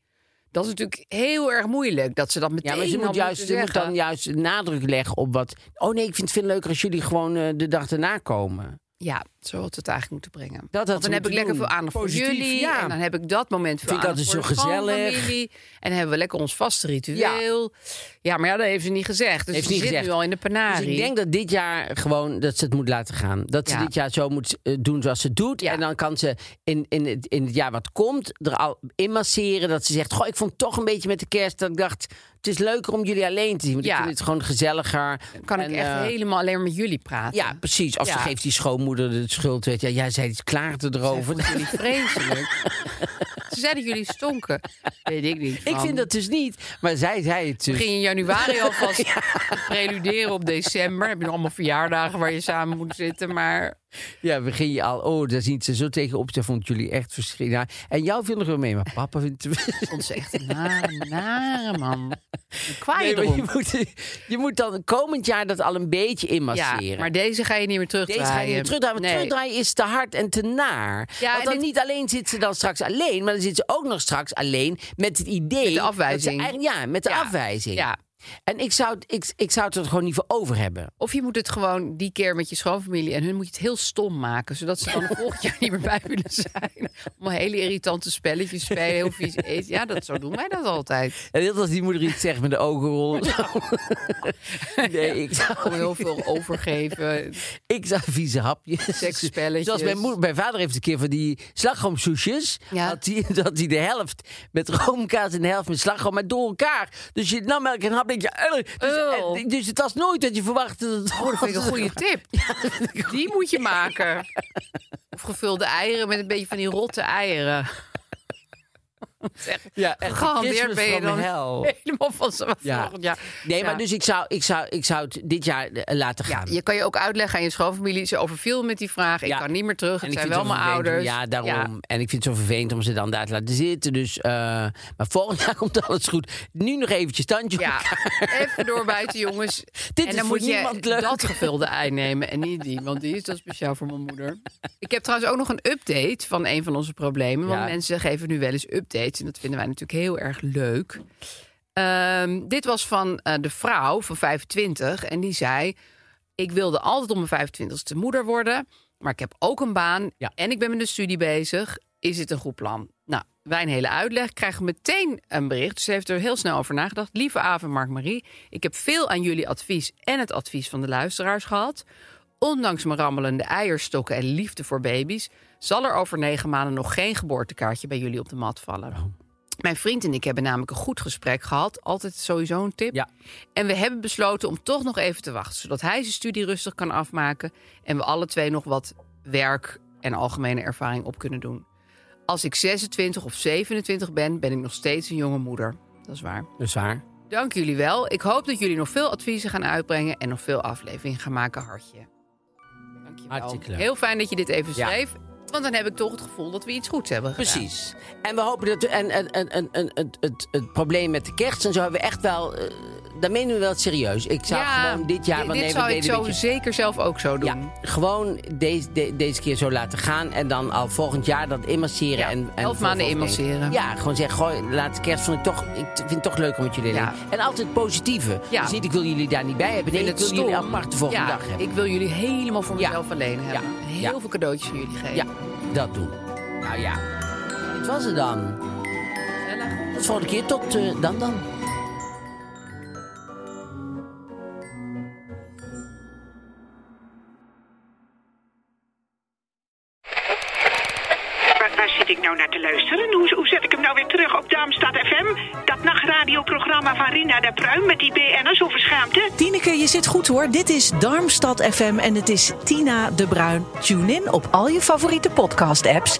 [SPEAKER 3] Dat is natuurlijk heel erg moeilijk, dat ze dat meteen
[SPEAKER 2] Ja, maar ze
[SPEAKER 3] al
[SPEAKER 2] moet, juist, ze
[SPEAKER 3] moeten
[SPEAKER 2] moet dan
[SPEAKER 3] zeggen.
[SPEAKER 2] juist nadruk leggen op wat... Oh nee, ik vind het veel leuker als jullie gewoon eh, de dag erna komen.
[SPEAKER 3] Ja, zo had het eigenlijk moeten brengen.
[SPEAKER 2] Dat had
[SPEAKER 3] Want
[SPEAKER 2] ze
[SPEAKER 3] dan heb
[SPEAKER 2] moeten
[SPEAKER 3] ik lekker
[SPEAKER 2] doen.
[SPEAKER 3] veel aandacht
[SPEAKER 2] Positief,
[SPEAKER 3] voor jullie.
[SPEAKER 2] ja.
[SPEAKER 3] En dan heb ik dat moment veel
[SPEAKER 2] Vind ik
[SPEAKER 3] aandacht voor
[SPEAKER 2] altijd
[SPEAKER 3] de
[SPEAKER 2] zo gezellig.
[SPEAKER 3] schoonfamilie. En dan hebben we lekker ons vaste ritueel. Ja, maar ja, dat heeft ze niet gezegd. Dus
[SPEAKER 2] Heeft
[SPEAKER 3] ze
[SPEAKER 2] niet
[SPEAKER 3] zit
[SPEAKER 2] gezegd.
[SPEAKER 3] nu al in de
[SPEAKER 2] Dus
[SPEAKER 3] panarie.
[SPEAKER 2] ik denk dat dit jaar gewoon dat ze het moet laten gaan. Dat ze
[SPEAKER 3] Ja.
[SPEAKER 2] dit jaar zo moet eh, doen zoals ze het doet.
[SPEAKER 3] Ja.
[SPEAKER 2] En dan kan ze in, in, het, in het jaar wat komt er al in masseren. Dat ze zegt, goh, ik vond toch een beetje met de kerst... dat ik dacht, het is leuker om jullie alleen te zien. Want
[SPEAKER 3] Ja.
[SPEAKER 2] ik vind het gewoon gezelliger.
[SPEAKER 3] kan
[SPEAKER 2] En,
[SPEAKER 3] ik echt
[SPEAKER 2] eh,
[SPEAKER 3] helemaal alleen maar met jullie praten.
[SPEAKER 2] Ja, precies. Of
[SPEAKER 3] Ja.
[SPEAKER 2] ze geeft die schoonmoeder de schuld. Weet je. Ja, jij zei, het klaagde erover.
[SPEAKER 3] Vond jullie vreselijk. Ze zeiden jullie stonken. Weet ik niet.
[SPEAKER 2] Ik
[SPEAKER 3] van.
[SPEAKER 2] vind dat dus niet. Maar zij zei het dus.
[SPEAKER 3] Ging in januari alvast preluderen op december. Heb je nog allemaal verjaardagen waar je samen moet zitten. Maar
[SPEAKER 2] Ja, begin je al. Oh, daar zien ze zo tegenop. Ze vond jullie echt verschrikkelijk. Ja, En jou viel er wel mee, maar papa vindt het...
[SPEAKER 3] ik vond ze echt een nare, nare man. Een kwaaie
[SPEAKER 2] Nee, maar je,
[SPEAKER 3] dronk.
[SPEAKER 2] moet, je moet dan komend jaar dat al een beetje
[SPEAKER 3] Ja,
[SPEAKER 2] inmasseren.
[SPEAKER 3] maar deze ga je niet meer
[SPEAKER 2] deze
[SPEAKER 3] terugdraaien.
[SPEAKER 2] ga je niet terugdraaien. Want
[SPEAKER 3] Nee.
[SPEAKER 2] terugdraaien is te hard en te naar.
[SPEAKER 3] Ja,
[SPEAKER 2] Want
[SPEAKER 3] en
[SPEAKER 2] dan
[SPEAKER 3] dit-
[SPEAKER 2] niet alleen zit ze dan straks alleen... maar dan zit ze ook nog straks alleen met het idee...
[SPEAKER 3] Met de
[SPEAKER 2] Dat ze
[SPEAKER 3] afwijzing.
[SPEAKER 2] eigenlijk- ja, met de
[SPEAKER 3] Ja,
[SPEAKER 2] afwijzing.
[SPEAKER 3] ja.
[SPEAKER 2] En ik zou, het- ik, ik zou het er gewoon niet voor over hebben.
[SPEAKER 3] Of je moet het gewoon die keer met je schoonfamilie en hun moet je het heel stom maken, zodat ze dan volgend jaar niet meer bij willen zijn. Om hele irritante spelletjes spelen, heel vies eten. Ja, dat zo doen wij dat altijd.
[SPEAKER 2] En heel als die moeder iets zegt met de ogen rollen. zo. Nee, ik zou...
[SPEAKER 3] Om heel veel overgeven.
[SPEAKER 2] Ik zag vieze hapjes.
[SPEAKER 3] Seksspelletjes.
[SPEAKER 2] Zoals mijn, moeder, mijn vader heeft een keer van die slagroomsoesjes.
[SPEAKER 3] Ja.
[SPEAKER 2] Had hij dat hij de helft met roomkaas en de helft met slagroom, maar door elkaar. Dus je nam elke hap denk je... "Ugh." Dus,
[SPEAKER 3] Eul.
[SPEAKER 2] en- dus het was nooit dat je verwachtte dat het
[SPEAKER 3] Oh, dat vind ik een goede tip. Die moet je maken. Of gevulde eieren met een beetje van die rotte eieren.
[SPEAKER 2] Ja, echt
[SPEAKER 3] Gegarandeerd
[SPEAKER 2] Christmas
[SPEAKER 3] ben je
[SPEAKER 2] from
[SPEAKER 3] dan
[SPEAKER 2] hell.
[SPEAKER 3] helemaal van z'n
[SPEAKER 2] Ja.
[SPEAKER 3] volgend jaar.
[SPEAKER 2] Nee,
[SPEAKER 3] Ja.
[SPEAKER 2] maar dus ik zou, ik, zou, ik zou het dit jaar eh, laten gaan.
[SPEAKER 3] Je kan je ook uitleggen aan je schoonfamilie. Ze overviel met die vraag. Ik
[SPEAKER 2] Ja.
[SPEAKER 3] kan niet meer terug.
[SPEAKER 2] En
[SPEAKER 3] Het
[SPEAKER 2] ik
[SPEAKER 3] zijn
[SPEAKER 2] vind
[SPEAKER 3] wel
[SPEAKER 2] het zo
[SPEAKER 3] mijn
[SPEAKER 2] vervelend om-
[SPEAKER 3] ouders.
[SPEAKER 2] Ja, daarom. En ik vind het zo vervelend om ze dan daar te laten zitten. Dus, eh, maar volgend jaar komt alles goed. Nu nog eventjes tandje op
[SPEAKER 3] Ja,
[SPEAKER 2] elkaar.
[SPEAKER 3] even doorbijten, jongens.
[SPEAKER 2] Dit
[SPEAKER 3] en
[SPEAKER 2] is
[SPEAKER 3] dan
[SPEAKER 2] voor
[SPEAKER 3] moet je
[SPEAKER 2] niemand leuk.
[SPEAKER 3] dat gevulde ei nemen en niet die, want die is dan speciaal voor mijn moeder. Ik heb trouwens ook nog een update van een van onze problemen. Want
[SPEAKER 2] Ja.
[SPEAKER 3] mensen geven nu wel eens updates en dat vinden wij natuurlijk heel erg leuk. Ehm, dit was van eh, de vrouw van 25 en die zei... Ik wilde altijd om mijn 25ste moeder worden, maar ik heb ook een baan
[SPEAKER 2] Ja.
[SPEAKER 3] en ik ben met een studie bezig. Is het een goed plan? Nou, wij een hele uitleg, krijgen meteen een bericht. Dus ze heeft er heel snel over nagedacht. Lieve Aaf en Mark Marie, ik heb veel aan jullie advies en het advies van de luisteraars gehad. Ondanks mijn rammelende eierstokken en liefde voor baby's, zal er over negen maanden nog geen geboortekaartje bij jullie op de mat vallen. Mijn vriend en ik hebben namelijk een goed gesprek gehad. Altijd sowieso een tip.
[SPEAKER 2] Ja.
[SPEAKER 3] En we hebben besloten om toch nog even te wachten. Zodat hij zijn studie rustig kan afmaken. En we alle twee nog wat werk en algemene ervaring op kunnen doen. Als ik 26 of 27 ben, ben ik nog steeds een jonge moeder. Dat is waar.
[SPEAKER 2] Dat is waar.
[SPEAKER 3] Dank jullie wel. Ik hoop dat jullie nog veel adviezen gaan uitbrengen. En nog veel afleveringen gaan maken, hartje. Dank je wel.
[SPEAKER 2] Hartstikke leuk.
[SPEAKER 3] Heel fijn dat je dit even
[SPEAKER 2] Ja.
[SPEAKER 3] schreef. Want dan heb ik toch het gevoel dat we iets goeds hebben gedaan.
[SPEAKER 2] Precies. En we hopen dat. En, en, en, en, en- het, het, het probleem met de kerst en zo hebben we echt wel. eh, daar menen we wel serieus. Ik zou gewoon dit jaar.
[SPEAKER 3] Dit,
[SPEAKER 2] want nee, we
[SPEAKER 3] zou ik
[SPEAKER 2] deden
[SPEAKER 3] zo
[SPEAKER 2] een beetje-
[SPEAKER 3] zeker zelf ook zo doen.
[SPEAKER 2] ja, gewoon deze, de- deze keer zo laten gaan. En dan al volgend jaar dat immerseren.
[SPEAKER 3] Ja,
[SPEAKER 2] en, en
[SPEAKER 3] elf
[SPEAKER 2] voor-
[SPEAKER 3] maanden
[SPEAKER 2] voor-
[SPEAKER 3] immerseren.
[SPEAKER 2] Ja, gewoon zeggen, goh, laat de kerst vond ik toch. Ik t- vind het toch leuk om met jullie
[SPEAKER 3] Ja.
[SPEAKER 2] alleen. En altijd het positieve.
[SPEAKER 3] Ja.
[SPEAKER 2] Dus niet, ik wil jullie daar niet bij hebben. Nee, ik wil jullie apart de volgende
[SPEAKER 3] ja,
[SPEAKER 2] dag hebben.
[SPEAKER 3] Ik wil jullie helemaal voor
[SPEAKER 2] Ja.
[SPEAKER 3] mezelf alleen hebben.
[SPEAKER 2] Ja.
[SPEAKER 3] En heel
[SPEAKER 2] Ja.
[SPEAKER 3] veel cadeautjes aan jullie geven.
[SPEAKER 2] Ja, dat doen. Nou ja, dit was het dan. Tot volgende keer. Tot eh, dan dan.
[SPEAKER 4] nou Dat nachtradioprogramma van Rina de Pruim met die BN'ers over schaamte.
[SPEAKER 5] Tineke, je zit goed hoor. Dit is Darmstad FM en het is Tina de Bruin. Tune in op al je favoriete podcast-apps.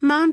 [SPEAKER 6] Mom